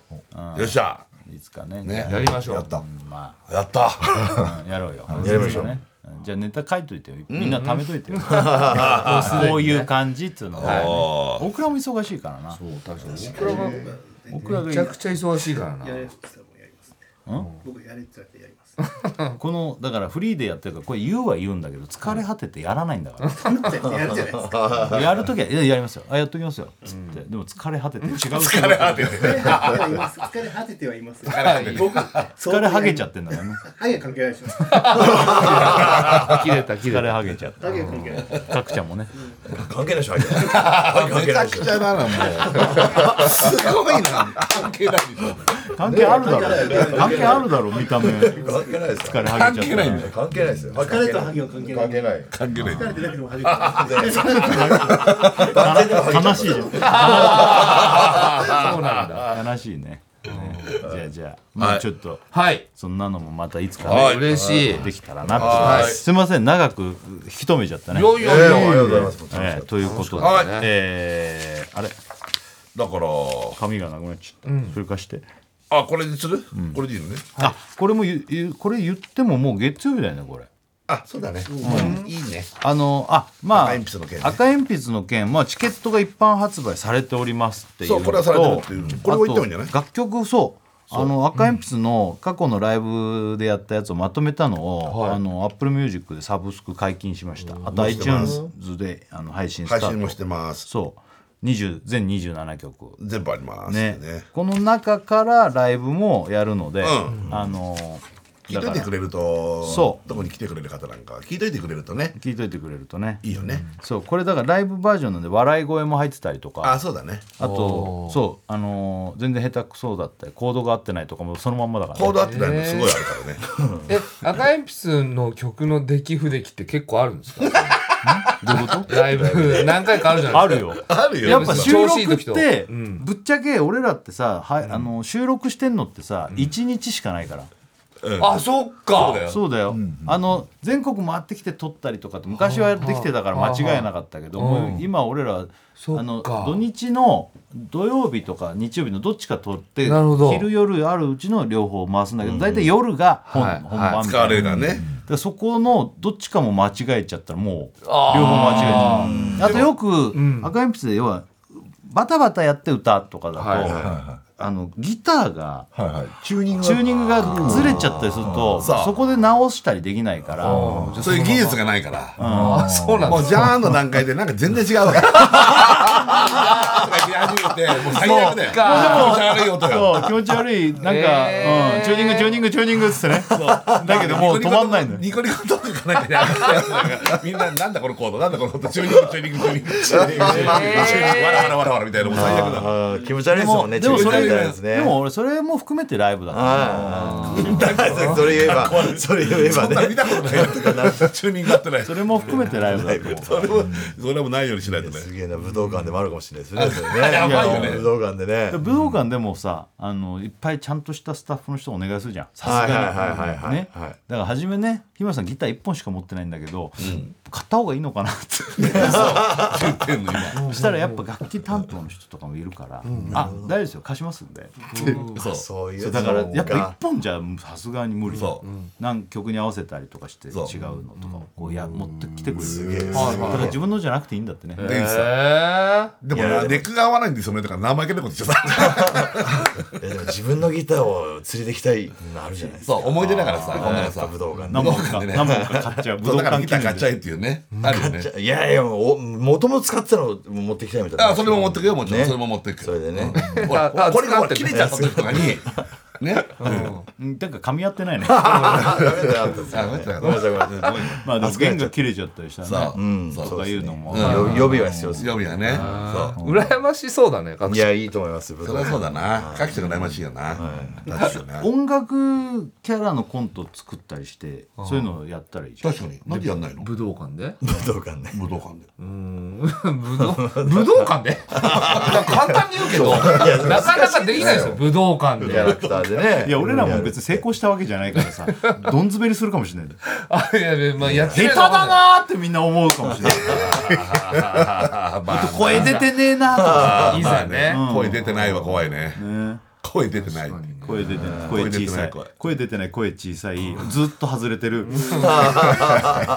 Speaker 2: みよっしゃ
Speaker 1: いつかね。
Speaker 2: ね
Speaker 3: やりましょ
Speaker 2: や
Speaker 3: う
Speaker 2: った
Speaker 1: うんまあ。
Speaker 2: やった
Speaker 1: うんやろうよ。やりましょう。じゃあネタ書いといてよ。みんな貯めといてよ。 こういう感じっていうのをね
Speaker 2: おー
Speaker 1: 僕らも忙しいからな。
Speaker 3: 僕らが
Speaker 1: 僕ら
Speaker 3: めちゃ
Speaker 1: が
Speaker 3: くちゃ忙しいからな
Speaker 6: やれって言ったらもうやります、ね、僕やれって言われてやります
Speaker 1: このだからフリーでやってるからこれ言うは言うんだけど疲れ果ててやらないんだか。
Speaker 6: やるじゃないです から
Speaker 1: やるときはいややりますよ。あやっときますよ。つってでも疲れ果てて違う疲れ
Speaker 2: あで
Speaker 6: 疲れます疲れ果ててはいます僕疲
Speaker 1: 疲れはげちゃってんだからね。
Speaker 6: ハゲは関係ないでしょ
Speaker 3: 切れた切れ
Speaker 1: 疲れ
Speaker 3: た
Speaker 1: はげちゃって。
Speaker 6: ハゲは関係ない
Speaker 1: かくちゃんもね。
Speaker 4: 関係ないでしょ相手関係
Speaker 2: めち
Speaker 4: ない
Speaker 2: ゃ
Speaker 4: で
Speaker 2: く
Speaker 4: しょ
Speaker 2: ちゃだなもうすごいな関係ないでしょ
Speaker 1: 関係あるだろ。関係あるだろ見た目。
Speaker 4: 関係ないですよ
Speaker 1: 疲れは
Speaker 2: 関
Speaker 1: げち
Speaker 2: 係
Speaker 1: ゃっ
Speaker 2: な
Speaker 1: た
Speaker 2: いん
Speaker 1: な
Speaker 2: だよ
Speaker 4: 関係ないですよ
Speaker 6: 疲れとハゲは関係ない
Speaker 4: 関係ない
Speaker 2: 関係ない
Speaker 6: 疲れてなくてもハゲてる
Speaker 4: 万全でもハゲちゃう
Speaker 1: 悲しいじゃんそうなんだ悲しいねねじゃあじゃあもうちょっと
Speaker 3: はい
Speaker 1: そんなのもまたいつか
Speaker 2: は
Speaker 1: ね
Speaker 2: い
Speaker 3: 嬉しい
Speaker 1: できたらなって
Speaker 2: はい
Speaker 1: すいません長く引き止めちゃったね
Speaker 2: よい
Speaker 4: ええあ
Speaker 2: よいよ
Speaker 4: りがとうございます
Speaker 1: ええということで
Speaker 2: はい
Speaker 1: えーあれ
Speaker 2: だから
Speaker 1: 髪がなくなっちゃったそれ貸して
Speaker 2: あこれにするこれでいいのね
Speaker 1: あこれもゆゆこれ言ってももう月曜日だよねこれ
Speaker 2: あそうだねいいね
Speaker 1: あのあまあ
Speaker 2: 赤鉛筆の件ね
Speaker 1: 赤鉛筆の件まあチケットが一般発売されておりますっていう
Speaker 2: そうこれはされてるっていう
Speaker 1: と
Speaker 2: これも言ってもいいんじゃない
Speaker 1: あと楽曲そうあの赤鉛筆の過去のライブでやったやつをまとめたのを、あの Apple Music でサブスク解禁しましたあと iTunes であの配信スタ
Speaker 2: 配
Speaker 1: ート
Speaker 2: 信もしてます
Speaker 1: そう20全27曲
Speaker 2: 全部あります
Speaker 1: ね
Speaker 2: ね
Speaker 1: この中からライブもやるので、
Speaker 2: う
Speaker 1: あの
Speaker 2: 聞いといてくれると
Speaker 1: そう
Speaker 2: どこに来てくれる方なんかは聞いといてくれるとね
Speaker 1: 聞いといてくれるとね
Speaker 2: いいよね
Speaker 1: そうこれだからライブバージョンなんで笑い声も入ってたりとか
Speaker 2: あ
Speaker 1: あ
Speaker 2: そうだね
Speaker 1: とそうあのー全然下手くそだったりコードが合ってないとかもそのまんまだから、
Speaker 2: コード合ってないのすごいあるからね
Speaker 3: え赤鉛筆の曲の出来不出来って結構あるんですか
Speaker 1: どういうこと
Speaker 3: ライブ何回かあるじゃない
Speaker 1: あ
Speaker 3: で
Speaker 1: る
Speaker 3: すか
Speaker 1: よ
Speaker 2: あるよ
Speaker 1: やっぱ
Speaker 2: そ
Speaker 1: 収
Speaker 3: 調子いい
Speaker 1: 録っ
Speaker 3: 時と
Speaker 1: て
Speaker 3: うん
Speaker 1: ぶっちゃけ俺らってさ、はいあの収録してんのってさ、一1日しかないから
Speaker 3: あそっか
Speaker 2: うだよ
Speaker 1: そうだよ、あの全国回ってきて撮ったりとかって昔はやってきてたから間違いなかったけど、
Speaker 3: はあはあ
Speaker 1: もう
Speaker 3: うん
Speaker 1: 今俺ら
Speaker 3: そっか
Speaker 1: あの土日の土曜日とか日曜日のどっちか撮って
Speaker 3: なるほど
Speaker 1: 昼夜あるうちの両方回すんだけど大体、夜が本,、
Speaker 3: はい
Speaker 1: 本番み
Speaker 2: 使わ
Speaker 1: たいな
Speaker 2: れ。るからね
Speaker 1: だからそこのどっちかも間違えちゃったらもう両
Speaker 3: あー
Speaker 1: 方間違えちゃうあとよく
Speaker 3: ん
Speaker 1: 赤鉛筆で要はバタバタやって歌とかだと、
Speaker 3: はいはい
Speaker 1: あのギターが
Speaker 5: はいはいチューニングが
Speaker 1: チューニングがずれちゃったりすると
Speaker 2: そう
Speaker 1: そこで直したりできないから
Speaker 3: じゃあ
Speaker 2: そういう技術がないから
Speaker 3: あそうなん
Speaker 2: も
Speaker 3: で
Speaker 2: う
Speaker 3: す
Speaker 2: ジャーンの段階でなんか全然違うわ。とか言い始めて、もう最悪だよ。気持
Speaker 3: そう
Speaker 2: ち
Speaker 3: か
Speaker 2: 悪い音よ。
Speaker 1: そう気持ち悪いなんか、
Speaker 3: へー
Speaker 1: うん、チューニングチューニングチューニングっつってねだけどもう止まんないのよ
Speaker 2: ニコニコとかかなんかで上がったやつなんかみんななんだこのコードなんだこのコードチューニングチューニングチューニングチューニングチューニングチューニングわらわらわらわらみたいなもう最悪だ。
Speaker 4: あー気持ち悪いですもんね
Speaker 1: でも
Speaker 4: チ
Speaker 1: そ
Speaker 4: ューニングみたいな
Speaker 1: れ
Speaker 4: やつね
Speaker 1: でも俺それも含めてライブだから
Speaker 4: はいだからそれ言えばそれ言えば
Speaker 2: そんなの
Speaker 4: ね
Speaker 2: 見たことないよ。チューニング合ってない。
Speaker 1: それも含めてライブだと
Speaker 2: そ
Speaker 1: 思う
Speaker 2: れもそれもないようにしないとね。
Speaker 4: すげえな武道館でもあるかもしれないですねそれ ね
Speaker 2: やばいよね
Speaker 4: 武道館でね
Speaker 1: で武道館でもさあのいっぱいちゃんとしたスタッフの人お願いするじゃんさ
Speaker 4: は
Speaker 1: す
Speaker 4: いはい
Speaker 1: が
Speaker 4: はいは
Speaker 1: に
Speaker 4: い
Speaker 1: ね
Speaker 4: は
Speaker 1: だ
Speaker 4: い
Speaker 1: から初めね日村さんギター1本しか持ってないんだけど、買った方がいいのかなって
Speaker 2: 言ってんの今。
Speaker 1: そしたらやっぱ楽器担当の人とかもいるから「あ大丈夫ですよ貸しますんで」
Speaker 2: そう。
Speaker 4: そういう
Speaker 1: そうだからやっぱ
Speaker 4: 一
Speaker 1: 一本じゃさすがに無理
Speaker 2: そう
Speaker 1: なん曲に合わせたりとかして違う
Speaker 2: そう
Speaker 1: のとかをこうや持ってきてくれる
Speaker 4: げえすげえ
Speaker 1: はいだから自分のじゃなくていいんだってね
Speaker 2: で
Speaker 3: へー
Speaker 2: でもねネックが合わないんですよね。だから生意気なことしちゃった。
Speaker 4: でも自分のギターを連れてきたいのあるじゃないですか
Speaker 2: そう思い出だからさ、今度さ。
Speaker 4: 武道館
Speaker 1: 何本か
Speaker 2: 武道館でね
Speaker 1: 何本か買っちゃう
Speaker 2: そうだからギター買
Speaker 1: 記
Speaker 2: っ
Speaker 1: 念で
Speaker 2: ちゃえっていうね。あるよね。
Speaker 4: でいやいやもうもともと使ってたのを持ってきたいみたいな
Speaker 2: あそれも持ってくよもちろん、
Speaker 4: ね
Speaker 2: それも持ってく
Speaker 4: それでね
Speaker 2: うんほら
Speaker 3: ああ
Speaker 2: これがほら
Speaker 3: 使って
Speaker 2: 切
Speaker 3: ね
Speaker 2: れちゃった時とかにね うん
Speaker 1: うんだから噛み合ってないね
Speaker 4: ダメだよ
Speaker 2: あごめんなさい
Speaker 4: ごめんなさいごめんなさい
Speaker 1: まあでも弦が切れちゃったりしたら
Speaker 2: さあ
Speaker 1: ね
Speaker 2: そう
Speaker 1: とかいうのも
Speaker 4: よ予備は必要です
Speaker 2: 予備はねそ
Speaker 3: 羨ましそうだね各
Speaker 4: い
Speaker 3: 社
Speaker 4: やいいと思います武
Speaker 2: う
Speaker 4: 道
Speaker 2: そりゃ
Speaker 4: 館
Speaker 2: そうだな書き手が羨ましいよなだってよね
Speaker 1: 音楽キャラのコント作ったりしてそういうのをやったらいいじゃん
Speaker 2: 確かになんでやんないの
Speaker 3: 武道館で
Speaker 4: 武道館ね
Speaker 2: 武道館で
Speaker 3: うーん武道武道館で簡単に言うけどなかなかできないですよ武道館
Speaker 4: キ
Speaker 3: で
Speaker 4: ャラクターでね
Speaker 1: いや俺らも別に成功したわけじゃないからさどんずべりするかも しれない
Speaker 3: あいやいやまあやって
Speaker 1: 下
Speaker 3: み
Speaker 1: 手
Speaker 3: るの
Speaker 1: だなーってみんな思うかもしれない
Speaker 2: あまあ
Speaker 1: 声出てねえなーとか
Speaker 2: いざね
Speaker 1: うん
Speaker 2: 声出てないは怖いね
Speaker 1: ね
Speaker 2: 声出てない
Speaker 1: 声出てない声小さい
Speaker 2: 声出てない声
Speaker 1: 声出てない声小さいずっと外れてる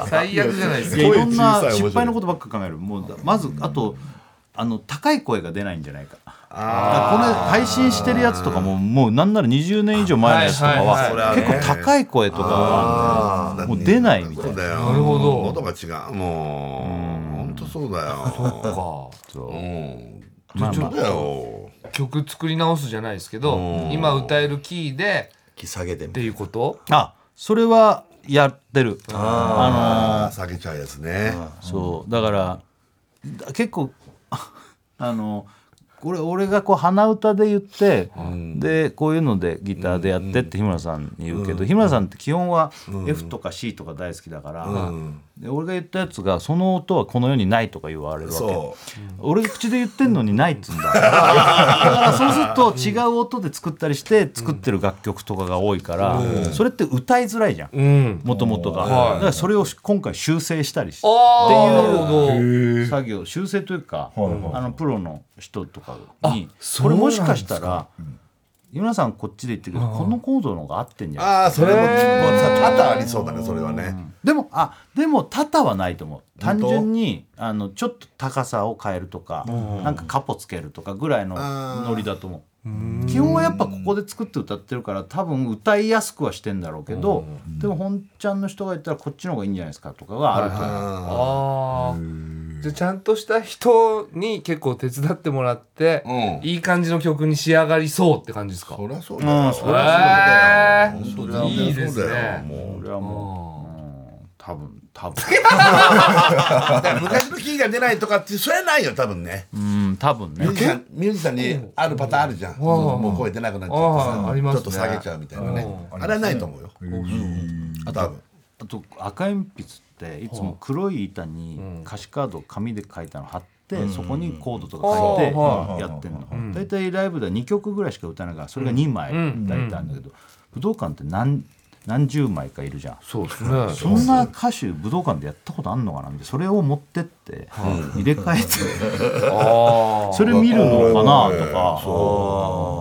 Speaker 3: 最悪じゃないです
Speaker 1: い
Speaker 3: か
Speaker 1: や
Speaker 2: 声
Speaker 1: いろんな
Speaker 2: 小さい
Speaker 1: 失敗のことばっか考えるもうだまずあとあの高い声が出ないんじゃないかだからこの配信してるやつとかももうなんなら20年以上前のやつとか
Speaker 3: はいはい
Speaker 1: は
Speaker 2: はい
Speaker 1: 結構高い声とかは
Speaker 2: あー
Speaker 1: もう出ないみたいな
Speaker 2: そうだよ
Speaker 3: なるほど
Speaker 2: 音が違うもう本当そうだよ
Speaker 3: か
Speaker 2: うん
Speaker 1: まあ
Speaker 2: ちょ
Speaker 1: ま
Speaker 2: っとだよ
Speaker 3: 曲作り直すじゃないですけど
Speaker 2: うん
Speaker 3: 今歌えるキーで
Speaker 4: き下げてみ
Speaker 3: って
Speaker 4: て
Speaker 3: いうこと
Speaker 1: ああそれはやってるあ
Speaker 2: あー下げちゃうやつね
Speaker 1: のーそうだからだ結構ああの俺俺がこう鼻歌で言って、
Speaker 2: ん
Speaker 1: でこういうのでギターでやってって日村さんに言うけど、日村さんって基本は F とか C とか大好きだから、で俺が言ったやつがその音はこの世にないとか言われるわけ
Speaker 4: そ
Speaker 1: 俺が口で言ってんのにないっつうんだ だからそうすると違う音で作ったりして作ってる楽曲とかが多いから、それって歌いづらいじゃん
Speaker 3: うん
Speaker 1: もともとが、だからそれを今回修正したりして
Speaker 3: あ
Speaker 1: って
Speaker 3: あ
Speaker 1: いう作業修正というか、あのプロの人とかにこれもしかしたら井村さんこっちで言ってるけどこのコードの方が合ってんじゃない
Speaker 4: ああそれももうさ多々ありそうだねそれはね
Speaker 1: でもあでも多々はないと思う単純にあのちょっと高さを変えるとか、なんかカポつけるとかぐらいのノリだと思う。基本はやっぱここで作って歌ってるから多分歌いやすくはしてんだろうけど、でも本ちゃんの人が言ったらこっちの方がいいんじゃないですかとかがあると思う、
Speaker 3: ああじゃあちゃんとした人に結構手伝ってもらって、
Speaker 2: うん
Speaker 3: いい感じの曲に仕上がりそうって感じですか
Speaker 4: そりゃそう
Speaker 1: う
Speaker 4: だ
Speaker 1: ん
Speaker 4: よ
Speaker 1: そ
Speaker 3: え
Speaker 4: 本当だよ
Speaker 3: ー、いいです
Speaker 4: そうだよ
Speaker 3: ね
Speaker 4: も
Speaker 1: 俺はもう、うん、多分多分
Speaker 4: うだから昔のキーが出ないとかってそれはないよ多分ね
Speaker 1: うん多分
Speaker 2: ミ
Speaker 1: ね
Speaker 2: ュージシャンミュージシャンにあるパターンあるじゃんもう声出なくなっちゃって
Speaker 3: あー
Speaker 2: さ
Speaker 3: ありますね
Speaker 2: ちょっと下げちゃうみたいなね
Speaker 4: あ
Speaker 2: あ
Speaker 4: れ
Speaker 2: れはないと思うよ
Speaker 4: 多分
Speaker 1: あと赤鉛筆っていつも黒い板に歌詞カードを紙で書いたの貼って、そこにコードとか書いて
Speaker 3: は
Speaker 1: やってんの大体、ライブでは2曲ぐらいしか歌えないからそれが2枚大体あるんだけど、武道館って何何十枚かいるじゃん
Speaker 3: そうですね
Speaker 1: そんな歌手武道館でやったことあんのかなみたいなそれを持ってって入れ替えて
Speaker 3: あ
Speaker 1: それ見るのかなとかで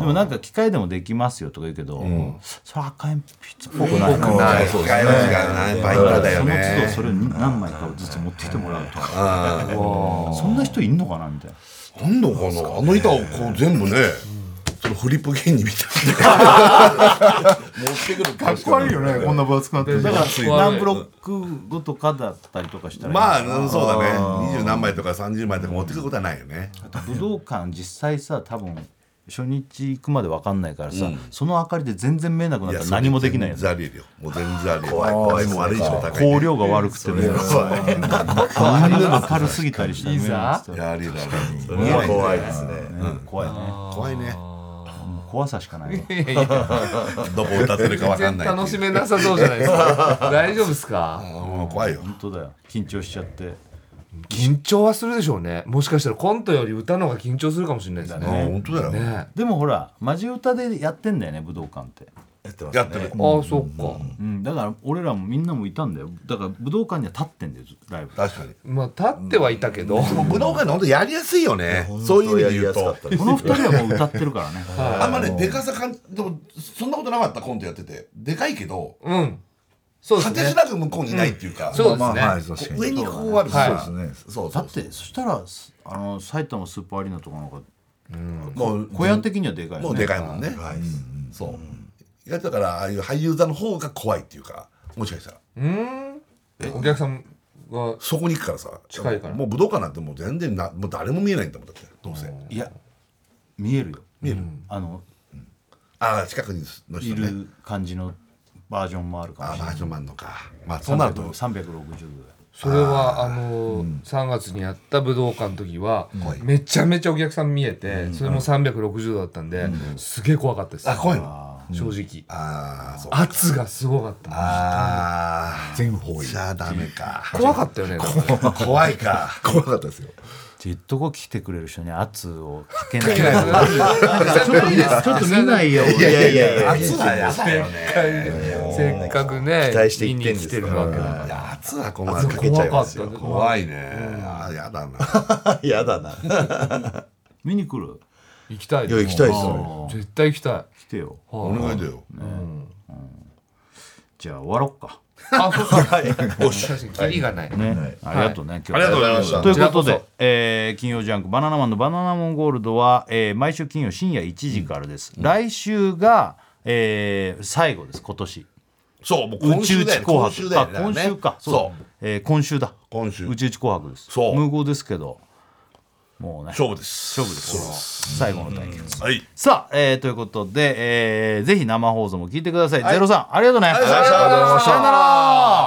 Speaker 1: もなんか機械でもできますよとか言うけど、それ赤鉛筆っぽくないな
Speaker 4: ないそうですね違う違うバイ
Speaker 1: だ
Speaker 4: ト
Speaker 1: か
Speaker 4: だ
Speaker 1: ら
Speaker 4: よ
Speaker 1: その都度
Speaker 4: ね
Speaker 1: それを何枚かずつ持ってきてもらうとかそんな人いんのかなみたい
Speaker 2: な
Speaker 1: な
Speaker 2: んだかなあの板をこう全部ねそのフリップ芸人みたいな 持ってくるか
Speaker 5: かっこ悪いよねこんな分厚くなってる
Speaker 1: だから
Speaker 3: つい
Speaker 1: 何ブロックごとかだったりとかしたら
Speaker 2: まあ
Speaker 1: あ
Speaker 2: うんそうだね二十何枚とか三十枚とか持ってくることはないよね
Speaker 1: 武道館実際さ多分初日行くまで分かんないからさ、その明かりで全然見えなくなったら何もできないや
Speaker 2: や
Speaker 1: つ
Speaker 2: つありえるよもう全然ありえる
Speaker 4: 怖い怖い
Speaker 2: もうあれ以上高いね
Speaker 1: 光量が悪くても あんなに明るすぎたりしたら見えないっつっ
Speaker 2: い
Speaker 1: て
Speaker 2: やありえるありえる
Speaker 4: もう怖いですね
Speaker 1: ね怖いね
Speaker 2: 怖いね
Speaker 1: 怖さしかないわ
Speaker 3: いやいや
Speaker 2: どこ歌ってるかわかん
Speaker 3: 全
Speaker 2: な
Speaker 3: 然
Speaker 2: い
Speaker 3: 楽しめなさそうじゃないですか大丈夫ですか
Speaker 2: うん怖いよ
Speaker 1: 本当だよ緊張しちゃって
Speaker 3: 緊張はするでしょうねもしかしたらコントより歌の方が緊張するかもしれないです
Speaker 2: あ
Speaker 3: ね
Speaker 2: 本当だよ
Speaker 3: ね
Speaker 1: でもほらマジ歌でやってんだよね武道館って
Speaker 4: やってます
Speaker 2: やってる
Speaker 3: ああそっか
Speaker 1: うん、だから俺らもみんなもいたんだよだから武道館には立ってんだよライブ
Speaker 2: 確かに
Speaker 3: まあ立ってはいたけど
Speaker 2: でも武道館で本当やりやすいよねそういう意味で言う
Speaker 4: 本当やり
Speaker 2: と
Speaker 4: やすかった
Speaker 1: この二人はもう歌ってるから ね
Speaker 2: あんまねでかさかんでもそんなことなかったコントやっててでかいけど
Speaker 3: うんそうです
Speaker 2: 果
Speaker 3: ね
Speaker 2: てしなく向こうにないっていうか
Speaker 3: そうですね
Speaker 5: まあまあはい
Speaker 2: こ
Speaker 5: 確か
Speaker 2: う
Speaker 5: に
Speaker 2: 上にこうある
Speaker 3: はい
Speaker 2: そうですねそう
Speaker 1: だ
Speaker 2: そう
Speaker 1: ってそしたらすあの埼玉スーパーアリーナとかなんか
Speaker 2: もう
Speaker 1: 小屋的にはでかいよね
Speaker 2: もうでかいもんね
Speaker 4: はい
Speaker 2: そう意外とだからああいう俳優座の方が怖いっていうかもしかしたら
Speaker 3: うーんお客さんが
Speaker 2: そこに行くからさ
Speaker 3: 近いから
Speaker 2: もう武道館なんてもう全然なもう誰も見えないんだもんだってどうせ
Speaker 1: いや見えるよ見えるあの
Speaker 2: ああ近くにの
Speaker 1: い
Speaker 2: 人ね
Speaker 1: る感じのバージョンもあるか
Speaker 2: あ
Speaker 1: も
Speaker 2: あバー
Speaker 1: しれない
Speaker 2: ジョンマンのかまあそうなると
Speaker 1: 360 360度だよ
Speaker 3: それはあのー3月にやった武道館の時は
Speaker 2: 怖い
Speaker 3: めちゃめちゃお客さん見えてそれも360度だったんですげえ怖かったです
Speaker 2: あ怖いの
Speaker 3: 正直
Speaker 2: ああそう
Speaker 3: 圧がすごかった
Speaker 2: ああ
Speaker 5: 全方位
Speaker 2: じゃあダメか
Speaker 3: 怖かったよね
Speaker 2: 怖いか
Speaker 5: 怖かったですよ
Speaker 1: ジェットコ来てくれる人に圧をかけないちょっと見ないちょっと見ないよ
Speaker 4: いやいやいやいや
Speaker 2: 熱はやだよね
Speaker 3: せっかくね
Speaker 4: 期待して行
Speaker 3: 見に
Speaker 4: ってんです
Speaker 3: 来て
Speaker 4: から
Speaker 3: るわけだから
Speaker 2: いや熱は困
Speaker 3: 圧
Speaker 2: る
Speaker 3: が
Speaker 2: かけちゃいますよ
Speaker 3: 怖かった
Speaker 2: 怖いねああやだな
Speaker 4: やだな
Speaker 1: 見に来る
Speaker 3: 行きたい
Speaker 4: いや行きたいですよ
Speaker 1: あー
Speaker 3: 絶対行きたい
Speaker 1: 来てよ
Speaker 2: お願いだよ
Speaker 1: じゃあ終わろっか
Speaker 3: あそうそうはい確かにキリがない
Speaker 1: ね、ありがとうね、今日
Speaker 2: ありがとうございました
Speaker 1: ということ
Speaker 3: こちら
Speaker 1: で
Speaker 3: こ、
Speaker 1: えー金曜ジャンク「バナナマンのバナナモンゴールドは」えー毎週金曜深夜1時からです、来週が、えー最後です今年
Speaker 2: そうもう
Speaker 1: 宇
Speaker 2: 今
Speaker 1: 宙
Speaker 2: 週だ
Speaker 1: 一
Speaker 2: よ
Speaker 1: 紅
Speaker 2: 今
Speaker 1: 白
Speaker 2: 週だよ
Speaker 1: あ今週か
Speaker 2: そ
Speaker 1: だえー今週だ
Speaker 2: う今週
Speaker 1: 宇宙一紅白です
Speaker 2: そう
Speaker 1: 無謀ですけどもうね
Speaker 2: 勝負です
Speaker 1: 勝負です最後の対決
Speaker 2: はい
Speaker 1: さあ、えーということで、えーぜひ生放送も聞いてください、ゼロさんありがとうねありがとうございましたさよなら